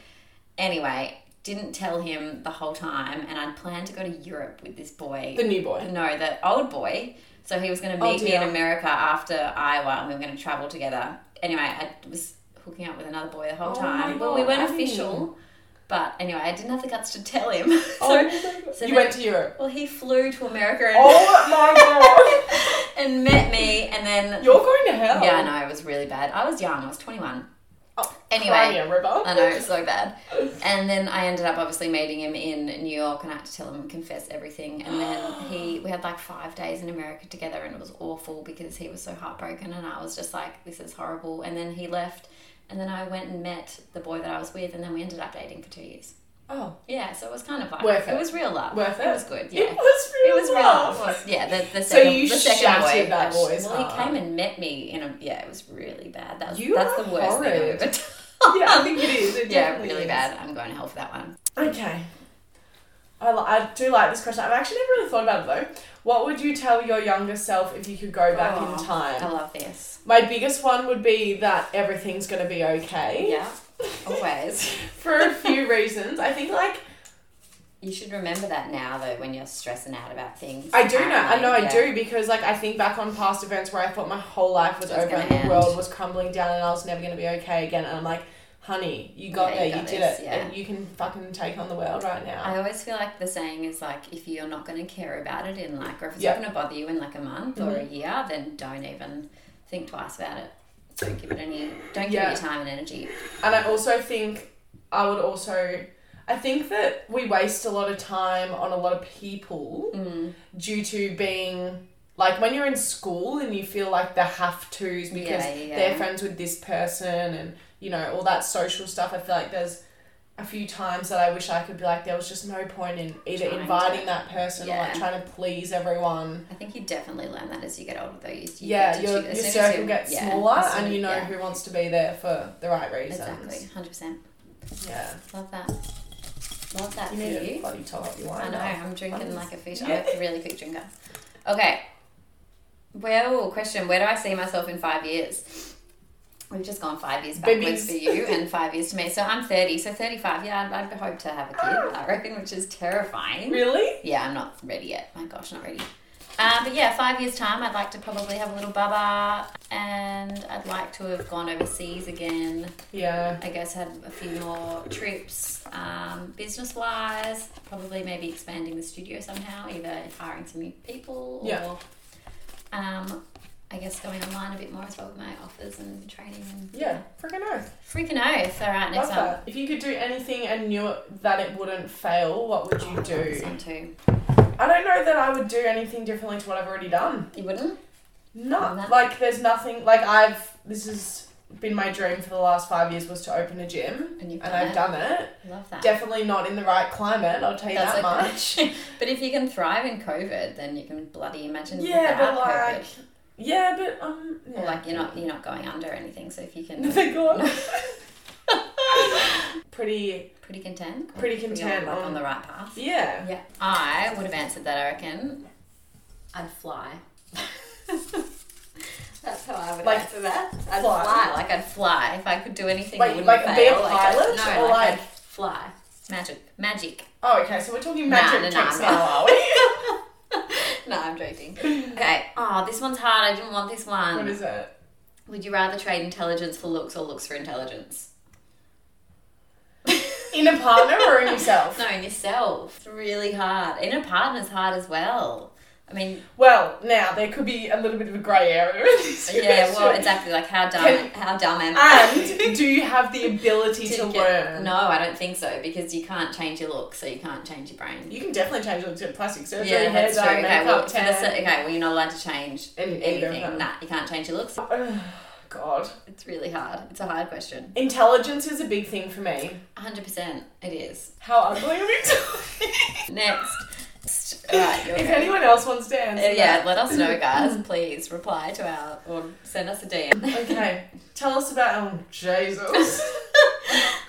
Speaker 2: Anyway, didn't tell him the whole time, and I'd planned to go to Europe with this boy.
Speaker 1: The new boy.
Speaker 2: uh, No, the old boy. So he was going to meet me in
Speaker 1: Oh, dear.
Speaker 2: America after Iowa, and we were going to travel together. Anyway, I was hooking up with another boy the whole
Speaker 1: Oh
Speaker 2: time.
Speaker 1: my
Speaker 2: Well, we
Speaker 1: God,
Speaker 2: weren't
Speaker 1: Abby.
Speaker 2: official, but anyway, I didn't have the guts to tell him. *laughs* so,
Speaker 1: Oh, my God.
Speaker 2: so
Speaker 1: you
Speaker 2: then-
Speaker 1: went to
Speaker 2: *laughs*
Speaker 1: Europe.
Speaker 2: well, he flew to America and,
Speaker 1: Oh
Speaker 2: *laughs*
Speaker 1: my god.
Speaker 2: and met me, and then
Speaker 1: You're going to hell.
Speaker 2: yeah, I know it was really bad. I was young. I was twenty one.
Speaker 1: Oh,
Speaker 2: Anyway,
Speaker 1: Crimea River.
Speaker 2: I know it's so bad. And then I ended up obviously meeting him in New York, and I had to tell him confess everything. And then he, we had like five days in America together, and it was awful because he was so heartbroken, and I was just like, this is horrible. And then he left, and then I went and met the boy that I was with, and then we ended up dating for two years.
Speaker 1: Oh,
Speaker 2: Yeah, so it was kind of like
Speaker 1: Worth it.
Speaker 2: was real love.
Speaker 1: worth it.
Speaker 2: It was good. Yeah.
Speaker 1: It was real.
Speaker 2: It was real.
Speaker 1: love.
Speaker 2: It was- Yeah, the, the
Speaker 1: So
Speaker 2: second,
Speaker 1: you
Speaker 2: the second
Speaker 1: shouted
Speaker 2: boy.
Speaker 1: that boy's
Speaker 2: well, he
Speaker 1: heart.
Speaker 2: came and met me in a yeah. It was really bad. That was,
Speaker 1: You
Speaker 2: that's
Speaker 1: are
Speaker 2: the worst thing I've
Speaker 1: horrid.
Speaker 2: ever *laughs* done.
Speaker 1: Yeah, I think it is. It
Speaker 2: yeah,
Speaker 1: definitely
Speaker 2: really
Speaker 1: is.
Speaker 2: bad. I'm going to hell for that one.
Speaker 1: Okay. I, li- I do like this question. I've actually never really thought about it though. What would you tell your younger self if you could go back
Speaker 2: Oh,
Speaker 1: in time?
Speaker 2: I love this.
Speaker 1: My biggest one would be that everything's gonna be okay.
Speaker 2: Yeah, always.
Speaker 1: For a
Speaker 2: *laughs*
Speaker 1: few reasons. I think like
Speaker 2: you should remember that now, though, when you're stressing out about things.
Speaker 1: I do know I
Speaker 2: Apparently,
Speaker 1: know I
Speaker 2: yeah.
Speaker 1: do because like I think back on past events where I thought my whole life was
Speaker 2: It's
Speaker 1: over
Speaker 2: gonna
Speaker 1: and the
Speaker 2: end.
Speaker 1: world was crumbling down and I was never gonna be okay again and I'm like, honey, you got
Speaker 2: Yeah,
Speaker 1: there,
Speaker 2: you
Speaker 1: you,
Speaker 2: got
Speaker 1: did
Speaker 2: this,
Speaker 1: it.
Speaker 2: yeah.
Speaker 1: And you can fucking take on the world right now.
Speaker 2: I always feel like the saying is like, if you're not going to care about it in like, or if it's
Speaker 1: Yeah. Mm-hmm.
Speaker 2: not going to bother you in like a month or a year, then don't even think twice about it. Don't give it any. Don't give
Speaker 1: Yeah.
Speaker 2: it your time and energy.
Speaker 1: And I also think I would also I think that we waste a lot of time on a lot of people
Speaker 2: Mm.
Speaker 1: due to being like when you're in school and you feel like the have tos because
Speaker 2: Yeah, yeah, yeah.
Speaker 1: they're friends with this person and you know all that social stuff. I feel like there's a few times that I wish I could be like, there was just no point in either
Speaker 2: Trying
Speaker 1: inviting
Speaker 2: to-
Speaker 1: that person or
Speaker 2: Yeah.
Speaker 1: like trying to please everyone.
Speaker 2: I think you definitely learn that as you get older, though. You, you
Speaker 1: yeah,
Speaker 2: get to
Speaker 1: your,
Speaker 2: choose-
Speaker 1: your
Speaker 2: as soon as
Speaker 1: circle
Speaker 2: you-
Speaker 1: gets
Speaker 2: yeah,
Speaker 1: smaller
Speaker 2: as soon-
Speaker 1: and you know
Speaker 2: yeah,
Speaker 1: who wants to be there for the right reasons.
Speaker 2: Exactly, hundred percent.
Speaker 1: Yeah.
Speaker 2: Love that. Love that
Speaker 1: You
Speaker 2: for
Speaker 1: need a
Speaker 2: you.
Speaker 1: bloody top up your wine.
Speaker 2: I know.
Speaker 1: up.
Speaker 2: I'm drinking
Speaker 1: I'm-
Speaker 2: like a fish.
Speaker 1: Yeah.
Speaker 2: I'm a really quick drinker. Okay. Well, question: Where do I see myself in five years? We've just gone five years backwards
Speaker 1: Babies.
Speaker 2: for you and five years to me. So I'm 30, so 35. Yeah, I'd, I'd hope to have a kid, I reckon, which is terrifying.
Speaker 1: Really?
Speaker 2: Yeah, I'm not ready yet. My gosh, not ready. Uh, but yeah, five years time, I'd like to probably have a little baba, and I'd like to have gone overseas again.
Speaker 1: Yeah.
Speaker 2: I guess had a few more trips, um, business wise. Probably maybe expanding the studio somehow, either hiring some new people or,
Speaker 1: Yeah.
Speaker 2: um, I guess going online a bit more as well with my offers and training and
Speaker 1: Yeah. Freaking earth.
Speaker 2: Freaking oath! All right, next
Speaker 1: Love
Speaker 2: one.
Speaker 1: that. If you could do anything and knew it- that it wouldn't fail, what would you
Speaker 2: This
Speaker 1: do?
Speaker 2: one too.
Speaker 1: I don't know that I would do anything differently to what I've already done.
Speaker 2: You wouldn't?
Speaker 1: No,
Speaker 2: No.
Speaker 1: like there's nothing. Like I've this has been my dream for the last five years was to open a gym,
Speaker 2: And you've
Speaker 1: and
Speaker 2: done
Speaker 1: I've
Speaker 2: it.
Speaker 1: done it.
Speaker 2: Love that.
Speaker 1: Definitely not in the right climate. I'll tell you
Speaker 2: That's
Speaker 1: that
Speaker 2: okay. *laughs*
Speaker 1: much.
Speaker 2: But if you can thrive in COVID, then you can bloody imagine
Speaker 1: Yeah,
Speaker 2: without
Speaker 1: but like,
Speaker 2: COVID.
Speaker 1: yeah, but um, yeah.
Speaker 2: Or like you're not you're not going under or anything. So if
Speaker 1: *laughs*
Speaker 2: you can,
Speaker 1: Thank God. pretty,
Speaker 2: pretty content.
Speaker 1: pretty
Speaker 2: Pretty
Speaker 1: content.
Speaker 2: on, like,
Speaker 1: on-
Speaker 2: on the right path.
Speaker 1: yeah.
Speaker 2: Yeah, I would have answered that. I reckon. I'd
Speaker 1: *laughs*
Speaker 2: fly. That's how I would
Speaker 1: Like,
Speaker 2: answer that. I'd
Speaker 1: fly.
Speaker 2: fly. Like I'd fly if I could do anything. I
Speaker 1: Wait,
Speaker 2: wouldn't
Speaker 1: like,
Speaker 2: fail.
Speaker 1: be a
Speaker 2: I'd-
Speaker 1: pilot
Speaker 2: no,
Speaker 1: or,
Speaker 2: like, I'd
Speaker 1: like-
Speaker 2: fly. Magic, magic.
Speaker 1: Oh, okay. So we're talking
Speaker 2: Nah,
Speaker 1: magic
Speaker 2: nah, nah,
Speaker 1: tricks
Speaker 2: nah.
Speaker 1: now, are
Speaker 2: *laughs*
Speaker 1: we?
Speaker 2: no,
Speaker 1: *laughs*
Speaker 2: I'm joking. Okay. Oh, this one's hard. I didn't want this one.
Speaker 1: what is
Speaker 2: *laughs*
Speaker 1: it?
Speaker 2: Would you rather trade intelligence for looks or looks
Speaker 1: *laughs*
Speaker 2: for intelligence? *laughs*
Speaker 1: In a partner or in yourself?
Speaker 2: No, in yourself. It's really hard. In a partner's hard as well. I mean,
Speaker 1: *laughs* Well, now there could be a little bit of a grey area. in this
Speaker 2: *laughs* yeah, well,
Speaker 1: question.
Speaker 2: exactly. Like, how dumb,
Speaker 1: Can-
Speaker 2: how dumb am *laughs* I?
Speaker 1: And do you have the ability to,
Speaker 2: get-
Speaker 1: learn?
Speaker 2: No, I don't think so because you can't change your look, so you can't change your brain.
Speaker 1: You can definitely change it to plastic surgery,
Speaker 2: yeah,
Speaker 1: hair
Speaker 2: that's true.
Speaker 1: dye,
Speaker 2: Okay,
Speaker 1: makeup,
Speaker 2: well, for the,
Speaker 1: tan.
Speaker 2: cer- okay, well, you're not allowed to change
Speaker 1: Any- either of
Speaker 2: anything.
Speaker 1: them.
Speaker 2: Nah, you can't change your looks.
Speaker 1: Ugh, God,
Speaker 2: It's really hard. It's a hard question.
Speaker 1: intelligence is a big thing for me.
Speaker 2: 100% it is.
Speaker 1: How ugly are we talking?
Speaker 2: Next. All right, you're
Speaker 1: if
Speaker 2: go.
Speaker 1: anyone else wants to answer,
Speaker 2: Uh, yeah,
Speaker 1: that.
Speaker 2: let us know,
Speaker 1: *laughs*
Speaker 2: guys. Please reply to our or send us a DM. *laughs*
Speaker 1: Okay, tell us about oh Jesus,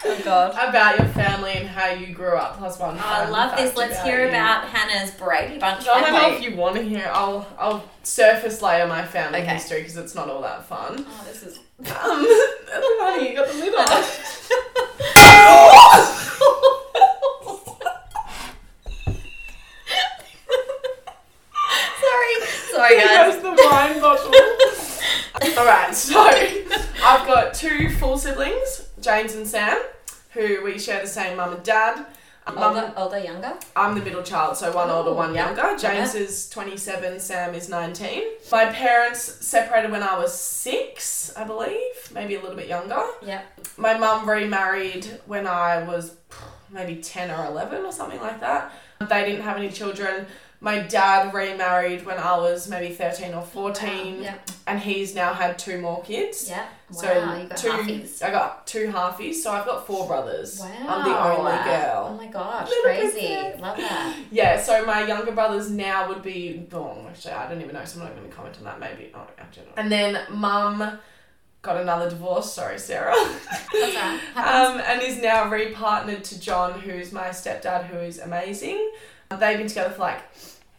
Speaker 2: Oh God.
Speaker 1: about your family and how you grew up. Plus one.
Speaker 2: Oh, I
Speaker 1: fun
Speaker 2: love this.
Speaker 1: fact
Speaker 2: Let's
Speaker 1: about
Speaker 2: hear
Speaker 1: you.
Speaker 2: about Hannah's Brady Bunch
Speaker 1: I don't know if
Speaker 2: family.
Speaker 1: you want to hear. I'll I'll surface layer my family
Speaker 2: Okay.
Speaker 1: history because it's not all that fun.
Speaker 2: *laughs* Oh, this is.
Speaker 1: Um, *laughs* honey, you got the
Speaker 2: *laughs*
Speaker 1: lid on.
Speaker 2: Sorry, sorry,
Speaker 1: That's
Speaker 2: guys.
Speaker 1: the wine bottle.
Speaker 2: *laughs*
Speaker 1: Alright, so I've got two full siblings, James and Sam, who we share the same mum and dad.
Speaker 2: Older,
Speaker 1: Mum,
Speaker 2: older, younger.
Speaker 1: I'm the middle child, so one older,
Speaker 2: Ooh,
Speaker 1: one
Speaker 2: yeah.
Speaker 1: younger. James is 27, Sam is 19. My parents separated when I was six, I believe, maybe a little bit younger.
Speaker 2: Yep.
Speaker 1: My mum remarried when I was maybe 10 or 11 or something like that. They didn't have any children. My dad remarried when I was maybe 13 or 14,
Speaker 2: Yep.
Speaker 1: and he's now had two more kids.
Speaker 2: Yep. Wow,
Speaker 1: So
Speaker 2: you got
Speaker 1: two,
Speaker 2: halfies.
Speaker 1: I got two halfies, so I've got four brothers.
Speaker 2: Wow.
Speaker 1: I'm the only
Speaker 2: Oh
Speaker 1: girl.
Speaker 2: my gosh,
Speaker 1: Little
Speaker 2: crazy.
Speaker 1: princess.
Speaker 2: Love that.
Speaker 1: Yeah, so my younger brothers now would be, oh, actually, I don't even know, so I'm not going to comment on that. Maybe, oh, actually, not. and then mum got another divorce. Sorry, Sarah.
Speaker 2: That's all right. *laughs* Happens.
Speaker 1: um, and is now repartnered to John, who's my stepdad, who is amazing. They've been together for like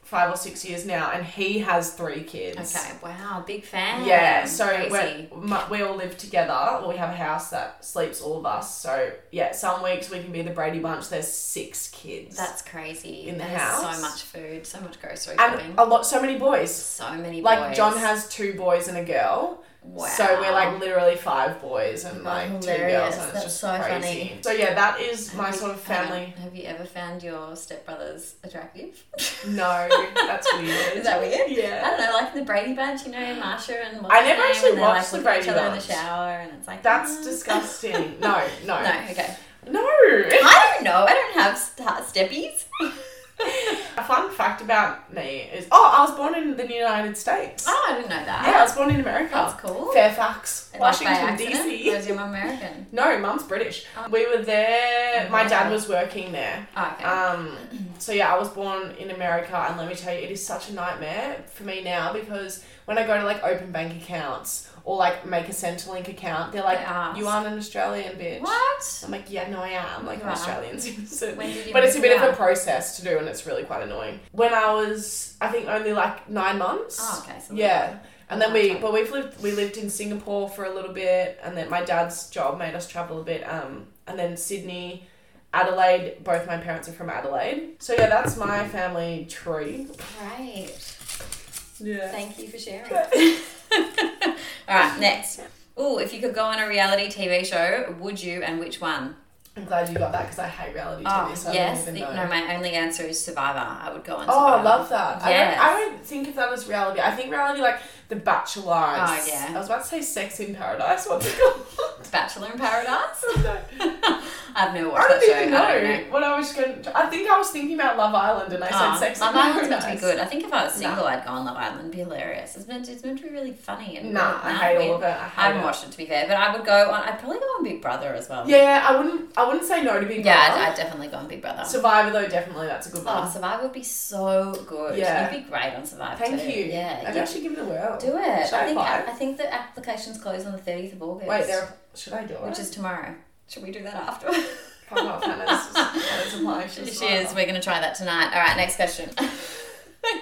Speaker 1: five or six years now, and he has three kids.
Speaker 2: Okay, wow, big fan.
Speaker 1: Yeah, so
Speaker 2: Crazy.
Speaker 1: we're, my- we all live together, or we have a house that sleeps all of us. So, yeah, some weeks we can be the Brady Bunch. There's six kids.
Speaker 2: That's crazy.
Speaker 1: in the
Speaker 2: There's
Speaker 1: house.
Speaker 2: So much food, so much grocery shopping.
Speaker 1: and a lot, so many boys.
Speaker 2: so many
Speaker 1: Like,
Speaker 2: boys.
Speaker 1: John has two boys and a girl.
Speaker 2: Wow.
Speaker 1: So we're like literally five boys and
Speaker 2: Wow,
Speaker 1: like two girls,
Speaker 2: hilarious.
Speaker 1: and it's
Speaker 2: That's
Speaker 1: just
Speaker 2: so
Speaker 1: crazy.
Speaker 2: funny.
Speaker 1: So, yeah, that is my
Speaker 2: Have you-
Speaker 1: sort of
Speaker 2: hang on,
Speaker 1: family.
Speaker 2: Have you ever found your stepbrothers attractive?
Speaker 1: No,
Speaker 2: *laughs*
Speaker 1: that's weird.
Speaker 2: Is that weird? I
Speaker 1: *laughs* Yeah.
Speaker 2: don't know, like in the Brady Bunch, you know, Marsha and
Speaker 1: I never
Speaker 2: what's her
Speaker 1: actually
Speaker 2: name, and they're,
Speaker 1: watched the
Speaker 2: like, looking at
Speaker 1: Brady
Speaker 2: each other in the
Speaker 1: Bunch.
Speaker 2: shower, and it's like
Speaker 1: That's
Speaker 2: "Ah."
Speaker 1: disgusting. No, no.
Speaker 2: *laughs* No, okay.
Speaker 1: No. *laughs*
Speaker 2: I don't know. I don't have st- steppies. Oh,
Speaker 1: A fun fact about me is oh, I was born in the United States.
Speaker 2: Oh, I didn't know that.
Speaker 1: Yeah, I was born in America.
Speaker 2: That's cool.
Speaker 1: Fairfax,
Speaker 2: And like by
Speaker 1: Washington
Speaker 2: accident,
Speaker 1: DC.
Speaker 2: Was your
Speaker 1: *laughs*
Speaker 2: mum American?
Speaker 1: No, mum's British.
Speaker 2: Oh.
Speaker 1: We were there. My
Speaker 2: Wow.
Speaker 1: dad was working there.
Speaker 2: Oh, okay.
Speaker 1: Um, so yeah, I was born in America, and let me tell you, it is such a nightmare for me now because when I go to like open bank accounts or like make a Centrelink account, they're like,
Speaker 2: They ask.
Speaker 1: "You aren't an Australian, bitch."
Speaker 2: what?
Speaker 1: I'm like, "Yeah, no, I am. Like, I'm
Speaker 2: Wow.
Speaker 1: Australian citizen."
Speaker 2: When did you
Speaker 1: But it's a
Speaker 2: move
Speaker 1: bit of a
Speaker 2: out?
Speaker 1: process to do, and it's really quite annoying. When I was, I think only like nine months.
Speaker 2: Oh, okay. So
Speaker 1: Yeah. And then we,
Speaker 2: Okay.
Speaker 1: but we've lived, we lived in Singapore for a little bit, and then my dad's job made us travel a bit. Um, and then Sydney, Adelaide. Both my parents are from Adelaide, so yeah, that's my family tree.
Speaker 2: Right.
Speaker 1: Yeah.
Speaker 2: Thank you for
Speaker 1: *laughs*
Speaker 2: sharing. *laughs* All right, next. Oh, if you could go on a reality TV show, would you and which one?
Speaker 1: I'm glad you got that because I hate reality TV, so I
Speaker 2: Oh, Ah, yes.
Speaker 1: don't
Speaker 2: the-
Speaker 1: even know.
Speaker 2: no, my only answer is Survivor. I would go on
Speaker 1: Oh,
Speaker 2: Survivor.
Speaker 1: I love that.
Speaker 2: Yes.
Speaker 1: I, don't, I don't think of that as reality. I think reality like The Bachelor.
Speaker 2: Oh, yeah.
Speaker 1: I was about to say Sex in Paradise. What's *laughs* it called?
Speaker 2: Bachelor in Paradise.
Speaker 1: *laughs*
Speaker 2: *laughs*
Speaker 1: No.
Speaker 2: I've never watched
Speaker 1: I
Speaker 2: that
Speaker 1: don't
Speaker 2: show.
Speaker 1: even
Speaker 2: I don't
Speaker 1: know what I was going. to... I think I was thinking about Love Island, and I said
Speaker 2: Oh,
Speaker 1: Sex
Speaker 2: Love
Speaker 1: in
Speaker 2: Island's
Speaker 1: Paradise.
Speaker 2: meant to be good. I think if I was
Speaker 1: Nah.
Speaker 2: single, I'd go on Love Island. It'd be hilarious. It's meant, it's meant to be really funny. And
Speaker 1: Nah, I hate all of it. I hate
Speaker 2: I haven't
Speaker 1: it.
Speaker 2: watched it to be fair, but I would go on. I'd probably go on Big Brother as well.
Speaker 1: Yeah, I wouldn't. I wouldn't say no to Big
Speaker 2: yeah,
Speaker 1: Brother.
Speaker 2: I'd, I'd definitely go on Big Brother.
Speaker 1: Survivor though, definitely that's a good one.
Speaker 2: oh, Survivor would be so good.
Speaker 1: Yeah.
Speaker 2: you'd be great on Survivor.
Speaker 1: Thank
Speaker 2: too.
Speaker 1: you.
Speaker 2: Yeah,
Speaker 1: I'd
Speaker 2: you
Speaker 1: actually give it a whirl.
Speaker 2: do it.
Speaker 1: Should I
Speaker 2: I think
Speaker 1: apply?
Speaker 2: I think the applications close on the thirtieth of August.
Speaker 1: Wait, there. Should I do it?
Speaker 2: which is tomorrow. Should we do
Speaker 1: *laughs*
Speaker 2: that afterwards?
Speaker 1: Come on,
Speaker 2: *laughs*
Speaker 1: Hannah's- Hannah's applying for
Speaker 2: She she
Speaker 1: Survivor.
Speaker 2: is. We're gonna try that tonight. All right,
Speaker 1: *laughs*
Speaker 2: next question.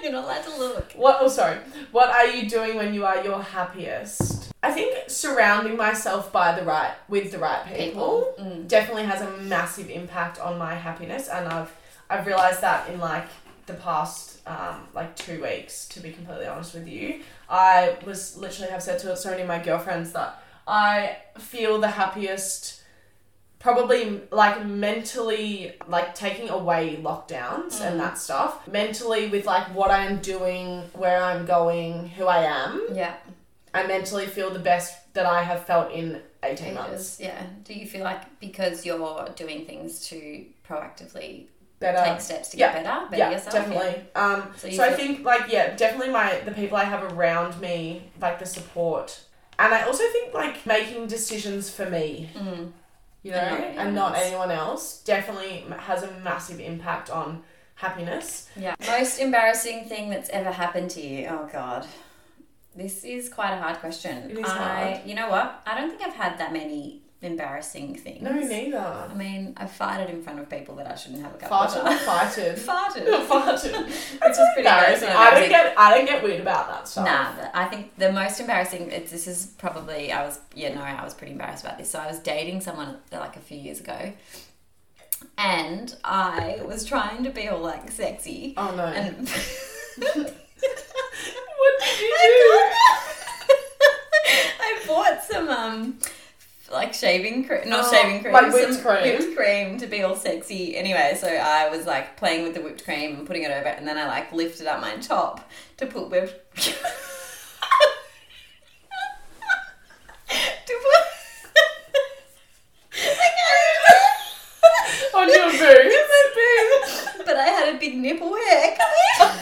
Speaker 2: You're not allowed to look.
Speaker 1: What? Oh, sorry. What are you doing when you are your happiest? I think surrounding myself by the right with the right people, definitely has a massive impact on my happiness, and I've I've realized that in like the past um, like two weeks. To be completely honest with you, I was literally have said to so many of my girlfriends that I feel the happiest. Probably like mentally, like taking away lockdowns
Speaker 2: Mm.
Speaker 1: and that stuff. Mentally, with like what I am doing, where I'm going, who I am,
Speaker 2: Yeah.
Speaker 1: I mentally feel the best that I have felt in 18 months.
Speaker 2: Ages, yeah. Do you feel like because you're doing things to proactively
Speaker 1: Better.
Speaker 2: take steps to
Speaker 1: yeah,
Speaker 2: get better, better
Speaker 1: yeah,
Speaker 2: yourself?
Speaker 1: definitely. Um,
Speaker 2: So
Speaker 1: so
Speaker 2: you
Speaker 1: I
Speaker 2: feel-
Speaker 1: think like yeah, definitely my the people I have around me, like the support, and I also think like making decisions for me,
Speaker 2: Mm.
Speaker 1: you know,
Speaker 2: And not anyone
Speaker 1: and not
Speaker 2: else.
Speaker 1: anyone else, definitely m- has a massive impact on happiness.
Speaker 2: Yeah. Most embarrassing thing that's ever happened to you? Oh God. This is quite a hard question.
Speaker 1: It is
Speaker 2: I,
Speaker 1: hard.
Speaker 2: You know what? I don't think I've had that many embarrassing things.
Speaker 1: No, neither.
Speaker 2: I mean, I farted in front of people that I shouldn't have a cup
Speaker 1: Farted,
Speaker 2: *laughs* of.
Speaker 1: *laughs* farted,
Speaker 2: farted.
Speaker 1: farted.
Speaker 2: Which is pretty
Speaker 1: Embarrassing.
Speaker 2: embarrassing.
Speaker 1: I don't get. I don't get weird about that stuff.
Speaker 2: Nah, but I think the most embarrassing. It's, this is probably I was yeah no I was pretty embarrassed about this. So I was dating someone like a few years ago, and I was trying to be all like sexy
Speaker 1: Oh no.
Speaker 2: *laughs* and.
Speaker 1: what did you *laughs*
Speaker 2: I bought some um like shaving cream, not
Speaker 1: Oh,
Speaker 2: shaving cream,
Speaker 1: like whipped
Speaker 2: some
Speaker 1: cream.
Speaker 2: whipped cream to be all sexy. Anyway, so I was like playing with the whipped cream and putting it over, and then I like lifted up my top to put whipped. *laughs* to *laughs* put.
Speaker 1: do? On your boobs.
Speaker 2: but I had a big nipple haircut.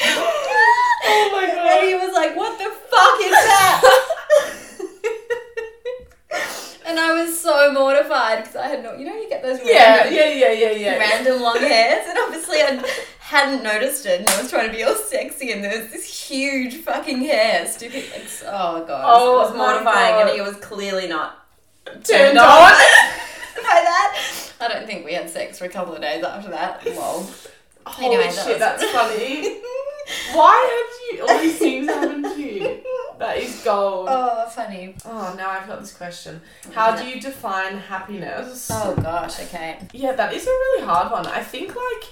Speaker 1: Oh my
Speaker 2: And he
Speaker 1: god.
Speaker 2: was like, "What the fuck is that?" and I was so mortified because I had no, you know, you get those
Speaker 1: Yeah,
Speaker 2: random,
Speaker 1: yeah, yeah, yeah, yeah.
Speaker 2: random long hairs, and obviously I hadn't noticed it, and I was trying to be all sexy, and there was this huge fucking hair sticking. Like, oh god,
Speaker 1: Oh
Speaker 2: it was
Speaker 1: my
Speaker 2: mortifying,
Speaker 1: God.
Speaker 2: and he was clearly not
Speaker 1: Turned on.
Speaker 2: No.
Speaker 1: *laughs*
Speaker 2: *laughs* by that. I don't think we had sex for a couple of days after that. Lol.
Speaker 1: Holy
Speaker 2: Anyway, that
Speaker 1: shit,
Speaker 2: was-
Speaker 1: that's *laughs*
Speaker 2: *laughs*
Speaker 1: funny. Why had you all these things happen to you? That is gold. Oh,
Speaker 2: oh, funny.
Speaker 1: now I've got this question. How do you define happiness?
Speaker 2: Oh gosh. Okay.
Speaker 1: Yeah, that is a really hard one. I think like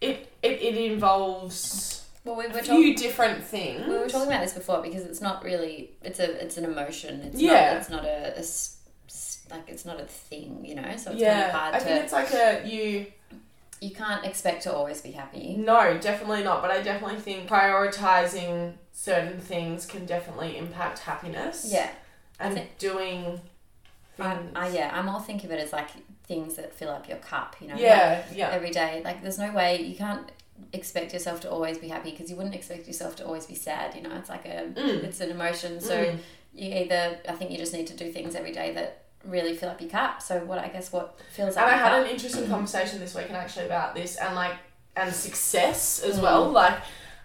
Speaker 1: it it, it involves
Speaker 2: Well, we were
Speaker 1: a
Speaker 2: talking.
Speaker 1: few different things.
Speaker 2: We were talking about this before because it's not really it's a it's an emotion. It's
Speaker 1: Yeah.
Speaker 2: not it's not a, a s- s- like it's not a thing, you know. So it's
Speaker 1: yeah,
Speaker 2: kind
Speaker 1: I
Speaker 2: of hard
Speaker 1: think
Speaker 2: to
Speaker 1: it's like a you
Speaker 2: you can't expect to always be happy.
Speaker 1: No, definitely not. But I definitely think prioritizing certain things can definitely impact happiness.
Speaker 2: Yeah.
Speaker 1: And
Speaker 2: I thi-
Speaker 1: doing
Speaker 2: I,
Speaker 1: things.
Speaker 2: I, yeah, I'm all think of it as like things that fill up your cup, you know?
Speaker 1: yeah,
Speaker 2: Like,
Speaker 1: yeah.
Speaker 2: Every day. Like, there's no way you can't expect yourself to always be happy because you wouldn't expect yourself to always be sad, you know? It's like a,
Speaker 1: Mm.
Speaker 2: it's an emotion. So
Speaker 1: Mm.
Speaker 2: you either, I think you just need to do things every day that really fill up your cup. So what, I guess, what fills
Speaker 1: and I
Speaker 2: up your
Speaker 1: had
Speaker 2: cup?
Speaker 1: an interesting conversation this weekend actually about this and like and success
Speaker 2: Mm.
Speaker 1: as well. Like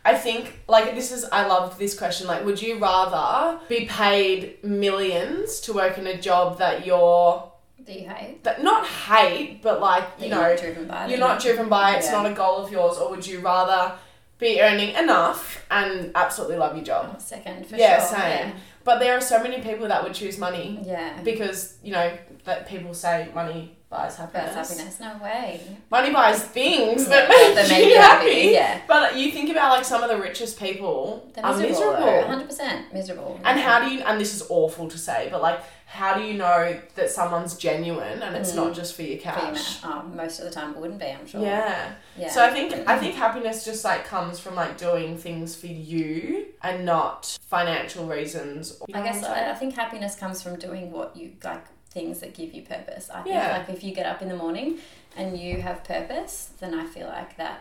Speaker 1: I think like this is I loved this question. Like, would you rather be paid millions to work in a job that you're
Speaker 2: Do you hate?
Speaker 1: that not hate, but like
Speaker 2: that
Speaker 1: you
Speaker 2: you're
Speaker 1: know
Speaker 2: not driven by.
Speaker 1: you're
Speaker 2: that
Speaker 1: not driven by it, it's
Speaker 2: Yeah.
Speaker 1: not a goal of yours, or would you rather be earning enough and absolutely love your job?
Speaker 2: Second, for
Speaker 1: yeah,
Speaker 2: sure.
Speaker 1: same. But there are so many people that would choose money
Speaker 2: Yeah. yeah.
Speaker 1: because you know that people say money buys happiness.
Speaker 2: That's happiness. No way.
Speaker 1: Money buys things that
Speaker 2: Yeah,
Speaker 1: make,
Speaker 2: that
Speaker 1: you happy.
Speaker 2: Yeah.
Speaker 1: But you think about like some of the richest people
Speaker 2: They're
Speaker 1: are
Speaker 2: miserable.
Speaker 1: miserable. *laughs*
Speaker 2: Hundred percent miserable.
Speaker 1: And how do you? And this is awful to say, but like, how do you know that someone's genuine and it's not just Mm. for your
Speaker 2: Pretty mu-
Speaker 1: cash?
Speaker 2: Oh, most of the time it wouldn't be. I'm sure.
Speaker 1: Yeah.
Speaker 2: Yeah.
Speaker 1: So I think I think happiness just like comes from like doing things for you and not financial reasons. or-
Speaker 2: I guess I I think happiness comes from doing what you like things that give you purpose. I think
Speaker 1: Yeah.
Speaker 2: like if you get up in the morning and you have purpose, then I feel like that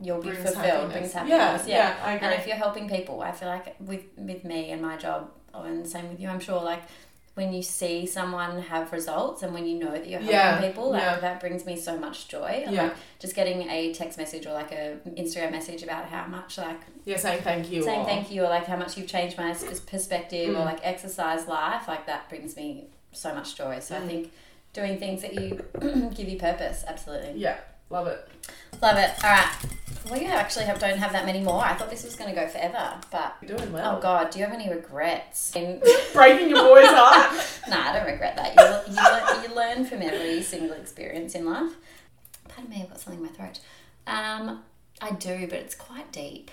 Speaker 2: you'll be
Speaker 1: Brings
Speaker 2: fulfilled,
Speaker 1: happiness.
Speaker 2: brings
Speaker 1: Yeah,
Speaker 2: happiness.
Speaker 1: yeah, I agree.
Speaker 2: And if you're helping people, I feel like with with me and my job, oh, and the same with you, I'm sure like when you see someone have results and when you know that you're helping
Speaker 1: Yeah,
Speaker 2: people, like,
Speaker 1: yeah.
Speaker 2: that brings me so much joy. And,
Speaker 1: Yeah.
Speaker 2: Like just getting a text message or like a Instagram message about how much like
Speaker 1: yeah, saying thank you. Mm.
Speaker 2: saying
Speaker 1: or-
Speaker 2: thank you or like how much you've changed my s- perspective or like exercise life like that brings me so much joy so i
Speaker 1: Mm.
Speaker 2: think doing things that you *clears throat* give you purpose absolutely
Speaker 1: Yeah, love it.
Speaker 2: love it all right we actually have, don't have that many more i thought this was going to go forever but
Speaker 1: You're doing
Speaker 2: oh
Speaker 1: well.
Speaker 2: god do you have any regrets *laughs* And-
Speaker 1: Breaking your
Speaker 2: *laughs*
Speaker 1: boy's heart.
Speaker 2: nah i don't regret that you, you, learn, you learn from every single experience in life pardon me i've got something in my throat um i do but it's quite deep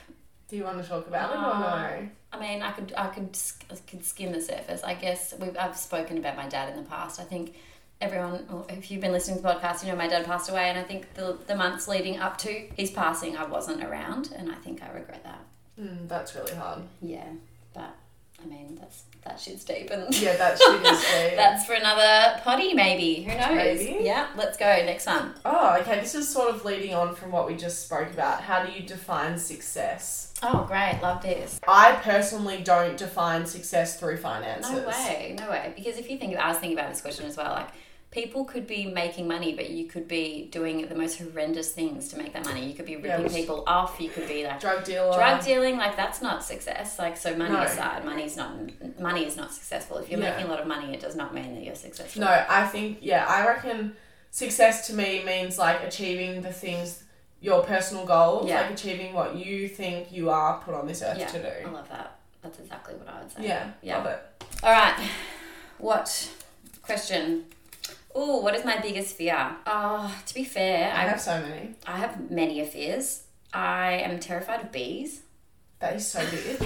Speaker 1: Do you want to talk about it or no?
Speaker 2: I mean, I could, I could, sk- I could skim the surface. I guess we've, I've spoken about my dad in the past. I think everyone, or if you've been listening to the podcast, you know my dad passed away, and I think the the months leading up to his passing, I wasn't around, and I think I regret that.
Speaker 1: Mm, that's really hard.
Speaker 2: Yeah, but I mean, that's that shit's deep, and
Speaker 1: Yeah, that shit
Speaker 2: *laughs*
Speaker 1: is deep.
Speaker 2: that's for another potty, maybe. Who knows?
Speaker 1: Maybe.
Speaker 2: Yeah, let's go next one.
Speaker 1: Oh, okay. This is sort of leading on from what we just spoke about. How do you define success?
Speaker 2: Oh, great, love this.
Speaker 1: I personally don't define success through finances.
Speaker 2: No way, no way. Because if you think, I was thinking about this question as well. Like, people could be making money, but you could be doing the most horrendous things to make that money. You could be ripping
Speaker 1: which-
Speaker 2: people off. You could be like
Speaker 1: Drug dealer.
Speaker 2: drug dealing. Like that's not success. Like so, money
Speaker 1: um, No.
Speaker 2: aside, money's not money is not successful. If you're
Speaker 1: Yeah.
Speaker 2: making a lot of money, it does not mean that you're successful.
Speaker 1: no, I think yeah. I reckon success to me means like achieving the things your personal goals,
Speaker 2: Yeah.
Speaker 1: like achieving what you think you are put on this earth
Speaker 2: Yeah,
Speaker 1: to
Speaker 2: I
Speaker 1: do.
Speaker 2: love that. That's exactly what I would say.
Speaker 1: Yeah,
Speaker 2: yeah.
Speaker 1: love it.
Speaker 2: All right. What question? Oh, what is my biggest fear? Oh, to be fair,
Speaker 1: I
Speaker 2: I
Speaker 1: have so many.
Speaker 2: I have many a fears. I am terrified of bees.
Speaker 1: That
Speaker 2: *laughs*
Speaker 1: is so weird.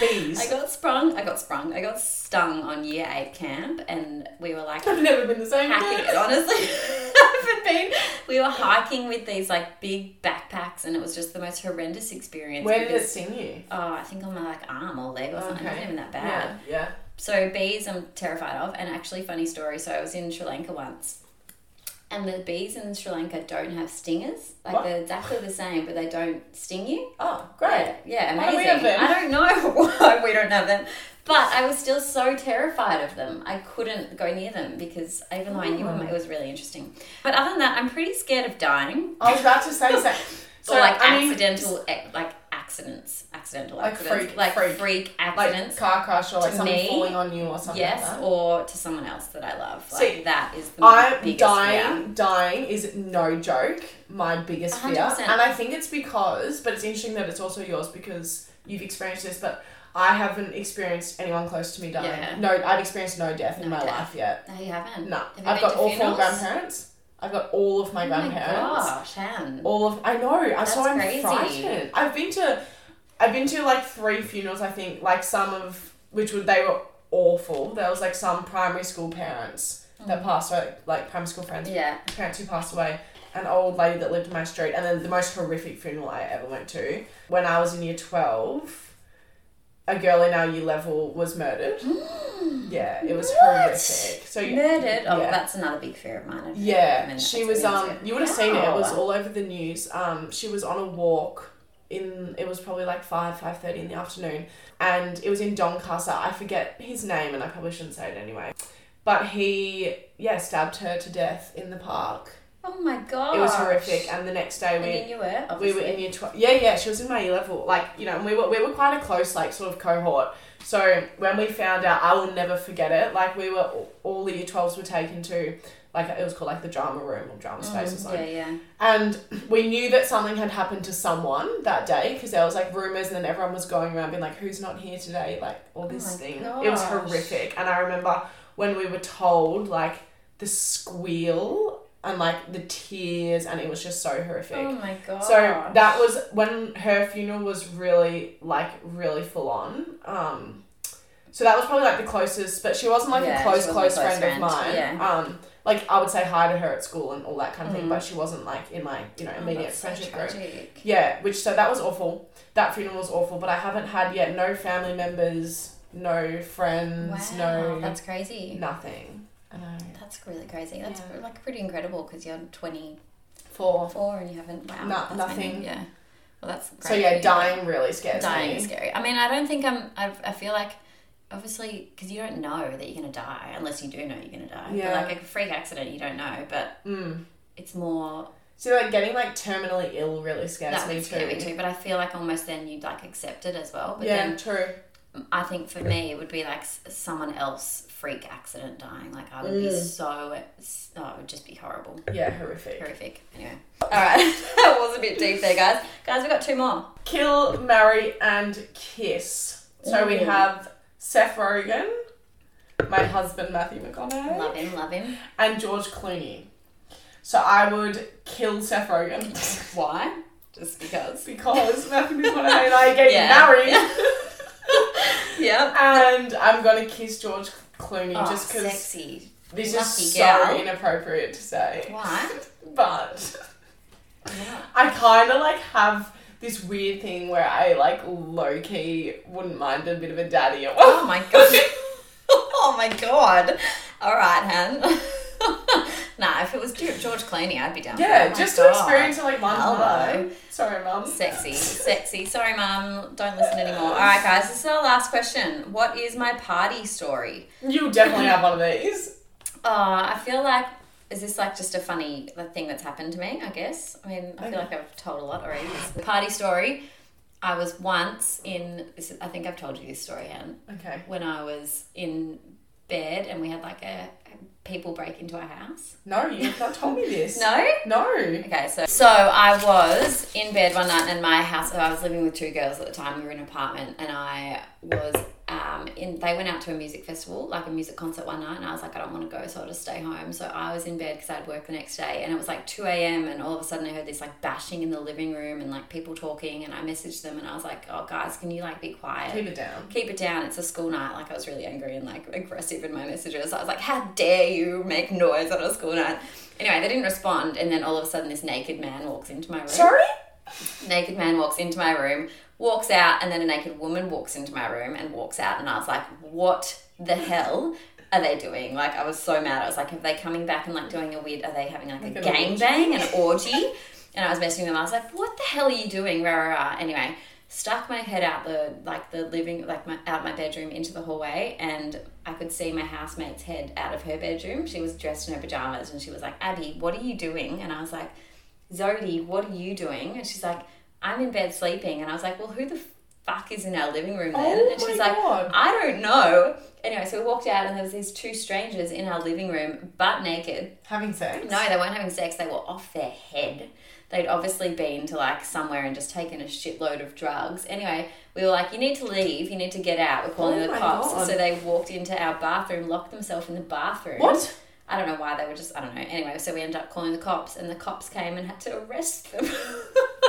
Speaker 1: Bees.
Speaker 2: I got sprung. I got sprung. I got stung on year eight camp, and we
Speaker 1: *laughs*
Speaker 2: were like
Speaker 1: I've never been the same.
Speaker 2: hiking.
Speaker 1: again.
Speaker 2: Honestly, *laughs* I haven't been. We were hiking with these like big backpacks, and it was just the most horrendous experience.
Speaker 1: Where did it
Speaker 2: because-
Speaker 1: sting you?
Speaker 2: Oh, I think on my like arm or leg or something. Not
Speaker 1: Okay.
Speaker 2: even that bad.
Speaker 1: Yeah. Yeah.
Speaker 2: So bees, I'm terrified of, and actually, funny story. So I was in Sri Lanka once, and the bees in Sri Lanka don't have stingers. Like
Speaker 1: What?
Speaker 2: they're exactly the same, but they don't sting you.
Speaker 1: Oh, great.
Speaker 2: Yeah,
Speaker 1: Why do we
Speaker 2: amazing.
Speaker 1: have them?
Speaker 2: I don't know *laughs* why we don't have them. But I was still so terrified of them. I couldn't go near them because even though I knew them,
Speaker 1: Oh.
Speaker 2: it was really interesting. But other than that, I'm pretty scared of dying.
Speaker 1: I was about
Speaker 2: *laughs*
Speaker 1: to say so.
Speaker 2: So
Speaker 1: So
Speaker 2: like
Speaker 1: I mean,
Speaker 2: accidental, ac- like accidents, accidental
Speaker 1: Like
Speaker 2: accidents,
Speaker 1: freak-
Speaker 2: like
Speaker 1: freak. like
Speaker 2: accidents.
Speaker 1: car crash or like
Speaker 2: To
Speaker 1: something
Speaker 2: me,
Speaker 1: falling on you or something.
Speaker 2: yes,
Speaker 1: Like that.
Speaker 2: or to someone else that I love. Like
Speaker 1: See,
Speaker 2: that is the
Speaker 1: I'm
Speaker 2: biggest
Speaker 1: dying.
Speaker 2: fear.
Speaker 1: Dying is no joke. My biggest fear,
Speaker 2: 100%.
Speaker 1: and I think it's because, but it's interesting that it's also yours because you've experienced this, but. I haven't experienced anyone close to me dying.
Speaker 2: Yeah.
Speaker 1: No, I've experienced no death in
Speaker 2: No
Speaker 1: my
Speaker 2: death.
Speaker 1: life yet.
Speaker 2: No, you haven't.
Speaker 1: No,
Speaker 2: Have you
Speaker 1: I've
Speaker 2: been
Speaker 1: got
Speaker 2: to
Speaker 1: all four
Speaker 2: funerals?
Speaker 1: grandparents. I've got all of my
Speaker 2: Oh my
Speaker 1: grandparents.
Speaker 2: gosh, Anne.
Speaker 1: All of I know. I'm so
Speaker 2: That's
Speaker 1: I'm
Speaker 2: crazy.
Speaker 1: frightened. I've been to, I've been to like three funerals. I think like some of which would they were awful. There was like some primary school parents that passed away, like primary school friends,
Speaker 2: Mm. Yeah.
Speaker 1: parents who passed away, an old lady that lived in my street, and then the most horrific funeral I ever went to
Speaker 2: *gasps*
Speaker 1: when I was in year twelve. A girl in our year level was murdered Yeah, it was
Speaker 2: What?
Speaker 1: horrific. So
Speaker 2: Murdered. Oh,
Speaker 1: yeah.
Speaker 2: that's another big fear of mine. I've I
Speaker 1: Yeah,
Speaker 2: mean,
Speaker 1: she
Speaker 2: that's
Speaker 1: was.
Speaker 2: really
Speaker 1: Um,
Speaker 2: scary.
Speaker 1: you would have seen it. It was
Speaker 2: Ow.
Speaker 1: all over the news. Um, she was on a walk. In it was probably like five, five thirty in the afternoon, and it was in Doncaster. I forget his name, and I probably shouldn't say it anyway. But he, yeah, stabbed her to death in the park.
Speaker 2: Oh my god.
Speaker 1: It was horrific. And the next day
Speaker 2: And
Speaker 1: we
Speaker 2: you knew it.
Speaker 1: we
Speaker 2: Obviously.
Speaker 1: were in year 12 yeah yeah she was in my year level like you know and we were, we were quite a close like sort of cohort so when we found out i will never forget it like we were all the year 12s were taken to like it was called like the drama room or drama space or something
Speaker 2: Mm, Yeah, yeah.
Speaker 1: and we knew that something had happened to someone that day because there was like rumors and then everyone was going around being like who's not here today like all this
Speaker 2: Oh my
Speaker 1: thing it was
Speaker 2: gosh.
Speaker 1: horrific and i remember when we were told like the squeal and like the tears and it was just so horrific
Speaker 2: Oh my god.
Speaker 1: so that was when her funeral was really like really full on. Um, so that was probably like the closest, but she wasn't like
Speaker 2: Yeah,
Speaker 1: a
Speaker 2: she
Speaker 1: close
Speaker 2: wasn't a
Speaker 1: close,
Speaker 2: close
Speaker 1: friend,
Speaker 2: friend,
Speaker 1: of mine.
Speaker 2: yeah. Mm.
Speaker 1: Um, like I would say hi to her at school and all that kind of thing, but she wasn't like in my you know
Speaker 2: Oh,
Speaker 1: immediate
Speaker 2: that's so
Speaker 1: friendship group.
Speaker 2: tragic.
Speaker 1: Yeah, which so that was awful. That funeral was awful, but I haven't had yet no family members, no friends,
Speaker 2: Wow,
Speaker 1: no
Speaker 2: that's crazy.
Speaker 1: nothing. I know.
Speaker 2: That's really crazy. That's
Speaker 1: Yeah.
Speaker 2: pre- like pretty incredible because you're 24
Speaker 1: Four.
Speaker 2: and you haven't. Wow.
Speaker 1: No-
Speaker 2: that's
Speaker 1: nothing.
Speaker 2: many, Yeah. Well, that's great.
Speaker 1: So
Speaker 2: for
Speaker 1: yeah,
Speaker 2: you.
Speaker 1: dying really scares
Speaker 2: Dying
Speaker 1: me.
Speaker 2: is scary. I mean, I don't think I'm. I, I feel like obviously because you don't know that you're gonna die unless you do know you're gonna die. But,
Speaker 1: Yeah.
Speaker 2: like a freak accident, you don't know, but
Speaker 1: Mm.
Speaker 2: it's more
Speaker 1: So like getting like terminally ill really scares
Speaker 2: that
Speaker 1: me
Speaker 2: would
Speaker 1: too.
Speaker 2: scare me too. But I feel like almost then you'd like accept it as well. But
Speaker 1: yeah,
Speaker 2: then
Speaker 1: true.
Speaker 2: I think for me, it would be like s- someone else freak accident dying. Like I would be
Speaker 1: Mm.
Speaker 2: so, s- oh, it would just be horrible,
Speaker 1: Yeah, horrific.
Speaker 2: horrific. Anyway, all right, *laughs* that was a bit deep there, guys. Guys, we got two more.
Speaker 1: Kill, marry, and kiss. So we
Speaker 2: Ooh.
Speaker 1: have Seth Rogen, my husband Matthew McConaughey,
Speaker 2: Love him, love him.
Speaker 1: and George Clooney. So I would kill Seth Rogen *laughs*
Speaker 2: Why? Just because. *laughs*
Speaker 1: because Matthew McConaughey and I get
Speaker 2: Yeah.
Speaker 1: married,
Speaker 2: Yeah.
Speaker 1: and I'm gonna kiss George Clooney
Speaker 2: Oh,
Speaker 1: just 'cause just because
Speaker 2: sexy.
Speaker 1: this
Speaker 2: lucky
Speaker 1: is so
Speaker 2: gal.
Speaker 1: inappropriate to say.
Speaker 2: Why? *laughs*
Speaker 1: But
Speaker 2: Yeah.
Speaker 1: I kind of like have this weird thing where I like low key wouldn't mind a bit of a daddy at
Speaker 2: Oh my *laughs* god. oh my god. All right, Han. *laughs* nah, if it was Ge- George Clooney, I'd be down.
Speaker 1: *laughs*
Speaker 2: for
Speaker 1: Yeah,
Speaker 2: that. Oh my
Speaker 1: just
Speaker 2: God.
Speaker 1: to experience it like one
Speaker 2: Hello.
Speaker 1: time. Sorry, mum.
Speaker 2: Sexy, sexy. Sorry, mum. Don't listen anymore. All right, guys. This is our last question. What is my party story?
Speaker 1: You definitely have one of these.
Speaker 2: Uh, I feel like is this like just a funny like, thing that's happened to me? I guess. I mean, I feel like I've told a lot already. This party story. I was once in. This is, I think I've told you this story, Anne.
Speaker 1: Okay.
Speaker 2: When I was in bed and we had like a people break into our house.
Speaker 1: No, you've not told me this.
Speaker 2: No.
Speaker 1: No.
Speaker 2: Okay, so so I was in bed one night in my house. I was living with two girls at the time. We were in an apartment, and I was um, in. They went out to a music festival, like a music concert one night, and I was like, I don't want to go, so I'll just stay home. So I was in bed because I had work the next day, and it was like two a.m. And all of a sudden, I heard this like bashing in the living room and like people talking, and I messaged them, and I was like, Oh guys, can you like be quiet?
Speaker 1: Keep it down.
Speaker 2: keep it down. It's a school night. Like I was really angry and like aggressive in my messages. I was like, how dare you make noise on a school night? Anyway, they didn't respond. And then all of a sudden, this naked man walks into my room.
Speaker 1: Sorry?
Speaker 2: Naked man walks into my room, walks out, and then a naked woman walks into my room and walks out. And I was like, what the hell? Are they doing? Like, I was so mad. I was like, are they coming back and like doing a weird, are they having like,
Speaker 1: Like
Speaker 2: a
Speaker 1: an
Speaker 2: gang
Speaker 1: orgy? *laughs*
Speaker 2: bang, an orgy? And I was messaging them. I was like, "What the hell are you doing?" Rah, rah, rah. Anyway, stuck my head out the like the living like my out my bedroom into the hallway, and I could see my housemate's head out of her bedroom. She was dressed in her pajamas, and she was like, "Abby, what are you doing?" And I was like, "Zodie, what are you doing?" And she's like, "I'm in bed sleeping." And I was like, "Well, who the fuck is in our living room then?"
Speaker 1: Oh
Speaker 2: and she's
Speaker 1: my
Speaker 2: like,
Speaker 1: God.
Speaker 2: "I don't know." Anyway, so we walked out, and there was these two strangers in our living room, butt naked.
Speaker 1: Having sex?
Speaker 2: No, they weren't having sex. They were off their head. They'd obviously been to like somewhere and just taken a shitload of drugs. Anyway, we were like, you need to leave. You need to get out. We're calling
Speaker 1: Oh
Speaker 2: the
Speaker 1: my
Speaker 2: cops.
Speaker 1: God.
Speaker 2: So they walked into our bathroom, locked themselves in the bathroom.
Speaker 1: What?
Speaker 2: I don't know why they were just, I don't know. Anyway, so we ended up calling the cops and the cops came and had to arrest them. *laughs*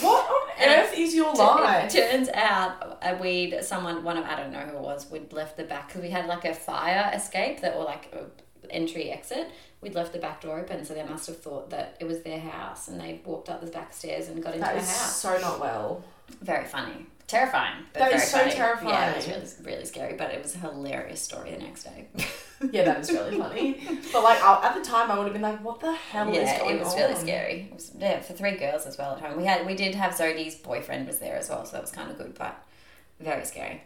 Speaker 1: What on
Speaker 2: And
Speaker 1: earth is your
Speaker 2: It
Speaker 1: life?
Speaker 2: turns out uh, we'd someone one of I don't know who it was we'd left the back because we had like a fire escape that or like uh, entry exit we'd left the back door open so they must have thought that it was their house and they walked up the back stairs and got into
Speaker 1: That
Speaker 2: our
Speaker 1: is
Speaker 2: house.
Speaker 1: so not well.
Speaker 2: Very funny. terrifying. but
Speaker 1: That
Speaker 2: very
Speaker 1: is so
Speaker 2: funny.
Speaker 1: terrifying.
Speaker 2: Yeah, it was really, really scary, but it was a hilarious story the next day.
Speaker 1: Yeah, that is really funny. But like I, at the time, I would have been like, "What the hell is
Speaker 2: yeah,
Speaker 1: going on?"
Speaker 2: it was really scary. It was, yeah, for three girls as well at home. We had we did have Zodie's boyfriend was there as well, so that was kind of good, but very scary.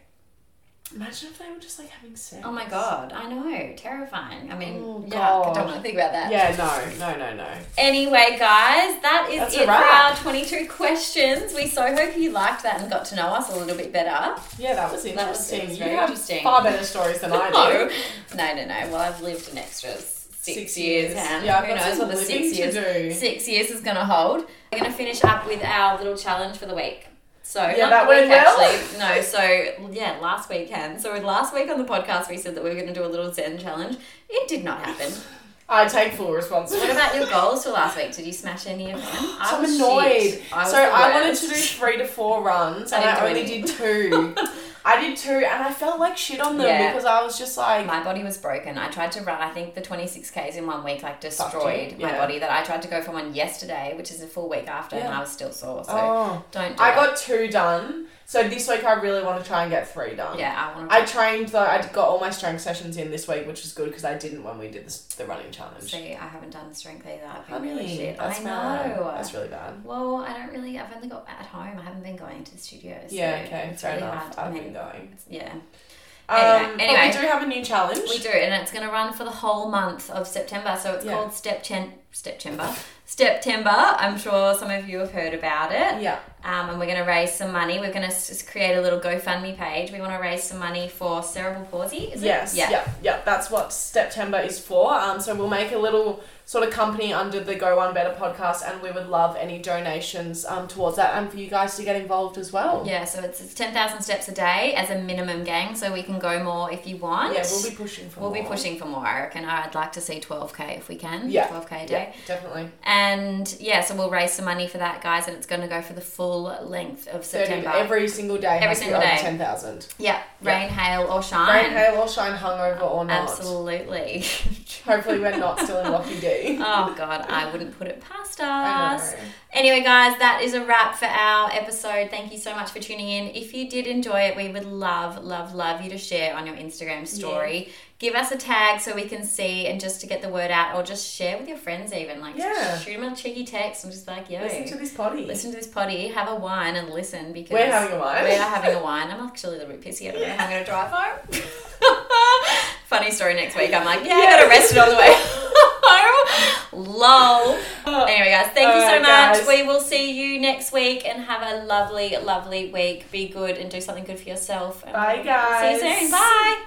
Speaker 1: Imagine if they were just like having sex.
Speaker 2: Oh my god, I know, terrifying. I mean,
Speaker 1: Oh,
Speaker 2: yeah, I
Speaker 1: God.
Speaker 2: don't want to think about that.
Speaker 1: Yeah, no, no, no, no.
Speaker 2: Anyway, guys, that is
Speaker 1: That's a
Speaker 2: it for
Speaker 1: wrap.
Speaker 2: our 22 questions. We so hope you liked that and got to know us a little bit better.
Speaker 1: Yeah, that was
Speaker 2: That was-
Speaker 1: interesting.
Speaker 2: it was
Speaker 1: you
Speaker 2: very
Speaker 1: have
Speaker 2: interesting.
Speaker 1: far better stories than I do.
Speaker 2: *laughs* No, no, no, no. Well, I've lived an extra six, years, and
Speaker 1: Yeah, I've
Speaker 2: who
Speaker 1: got
Speaker 2: knows
Speaker 1: some
Speaker 2: what the
Speaker 1: living
Speaker 2: six
Speaker 1: to do.
Speaker 2: years, six years is going to hold. We're going to finish up with our little challenge for the week. So
Speaker 1: Yeah,
Speaker 2: not
Speaker 1: that
Speaker 2: the
Speaker 1: went
Speaker 2: week
Speaker 1: well.
Speaker 2: actually. No, so yeah, last weekend. So last week on the podcast, we said that we were going to do a little Zen challenge. It did not happen.
Speaker 1: I take full responsibility.
Speaker 2: *laughs* What about your goals for last week? Did you smash
Speaker 1: *gasps*
Speaker 2: any of them? I
Speaker 1: I'm
Speaker 2: was
Speaker 1: annoyed.
Speaker 2: shit. I was
Speaker 1: so
Speaker 2: the
Speaker 1: I wanted
Speaker 2: worst.
Speaker 1: to do three to four runs, and
Speaker 2: didn't
Speaker 1: I,
Speaker 2: do
Speaker 1: only
Speaker 2: any.
Speaker 1: did two.
Speaker 2: *laughs*
Speaker 1: I did two, and I felt like shit on them
Speaker 2: Yeah.
Speaker 1: because I was just like,
Speaker 2: My body was broken. I tried to run, I think, the 26Ks in one week, like destroyed
Speaker 1: Fucked you,
Speaker 2: my
Speaker 1: yeah.
Speaker 2: body. That I tried to go for one yesterday, which is a full week after, and
Speaker 1: Yeah.
Speaker 2: I was still sore. So
Speaker 1: oh.
Speaker 2: don't do
Speaker 1: I
Speaker 2: it.
Speaker 1: got two done. So this week I really want to try and get three done.
Speaker 2: Yeah, I want to.
Speaker 1: I trained though. I got all my strength sessions in this week, which was good because I didn't when we did this, the running challenge.
Speaker 2: See, I haven't done strength either. I've been
Speaker 1: Honey,
Speaker 2: really shit.
Speaker 1: That's
Speaker 2: I
Speaker 1: bad.
Speaker 2: know.
Speaker 1: That's really bad.
Speaker 2: well, I don't really. I've only got at home. I haven't been going to the studio. So
Speaker 1: yeah. Okay.
Speaker 2: It's
Speaker 1: Fair
Speaker 2: really
Speaker 1: enough.
Speaker 2: hard. I
Speaker 1: I've
Speaker 2: mean,
Speaker 1: been going.
Speaker 2: yeah,
Speaker 1: Um, but
Speaker 2: anyway.
Speaker 1: we do have a new challenge.
Speaker 2: we do, and it's going to run for the whole month of September. So it's
Speaker 1: Yeah.
Speaker 2: called Step Chen. September. September. I'm sure some of you have heard about it.
Speaker 1: Yeah.
Speaker 2: um, and we're going to raise some money. We're going to s- create a little GoFundMe page. We want to raise some money for cerebral palsy. Is it?
Speaker 1: Yes.
Speaker 2: Yeah.
Speaker 1: Yeah. yeah. That's what September is for. Um, so we'll make a little sort of company under the Go One Better podcast, and we would love any donations um, towards that, and for you guys to get involved as well.
Speaker 2: Yeah, so it's, it's 10,000 steps a day as a minimum gang, so we can go more if you want.
Speaker 1: Yeah, we'll be pushing for.
Speaker 2: We'll be
Speaker 1: more.
Speaker 2: pushing for more, I reckon. I'd like to see 12k if we can.
Speaker 1: Yeah.
Speaker 2: 12k a day.
Speaker 1: Yeah, definitely.
Speaker 2: And yeah, so we'll raise some money for that, guys, and it's going to go for the full length
Speaker 1: 30,
Speaker 2: of September.
Speaker 1: every single day.
Speaker 2: Every
Speaker 1: has to be
Speaker 2: single
Speaker 1: over
Speaker 2: day.
Speaker 1: Ten thousand.
Speaker 2: yeah,
Speaker 1: Yeah.
Speaker 2: rain, hail, or shine.
Speaker 1: Rain, hail, or shine, hungover or not.
Speaker 2: Absolutely. *laughs*
Speaker 1: Hopefully, we're not still in Lockie D.
Speaker 2: oh, God, I wouldn't put it past us.
Speaker 1: I know.
Speaker 2: Anyway, guys, that is a wrap for our episode. Thank you so much for tuning in. If you did enjoy it, we would love, love, love you to share on your Instagram story. Give us a tag so we can see and just to get the word out, or just share with your friends, even. Like,
Speaker 1: Yeah.
Speaker 2: shoot them a cheeky text and just like, yo,
Speaker 1: Listen to this potty.
Speaker 2: listen to this potty, have a wine, and listen because
Speaker 1: We're having a wine.
Speaker 2: we
Speaker 1: *laughs*
Speaker 2: are having a wine. I'm actually a little bit pissy. I don't know how I'm going to drive
Speaker 1: *laughs*
Speaker 2: home. Funny story next week. I'm like, yeah, I got arrested on the way *laughs* home. Lol.
Speaker 1: Oh,
Speaker 2: Anyway, guys, thank you so
Speaker 1: Alright,
Speaker 2: much.
Speaker 1: guys.
Speaker 2: We will see you next week and have a lovely, lovely week. Be good and do something good for yourself. And
Speaker 1: Bye, guys.
Speaker 2: See you soon. Bye.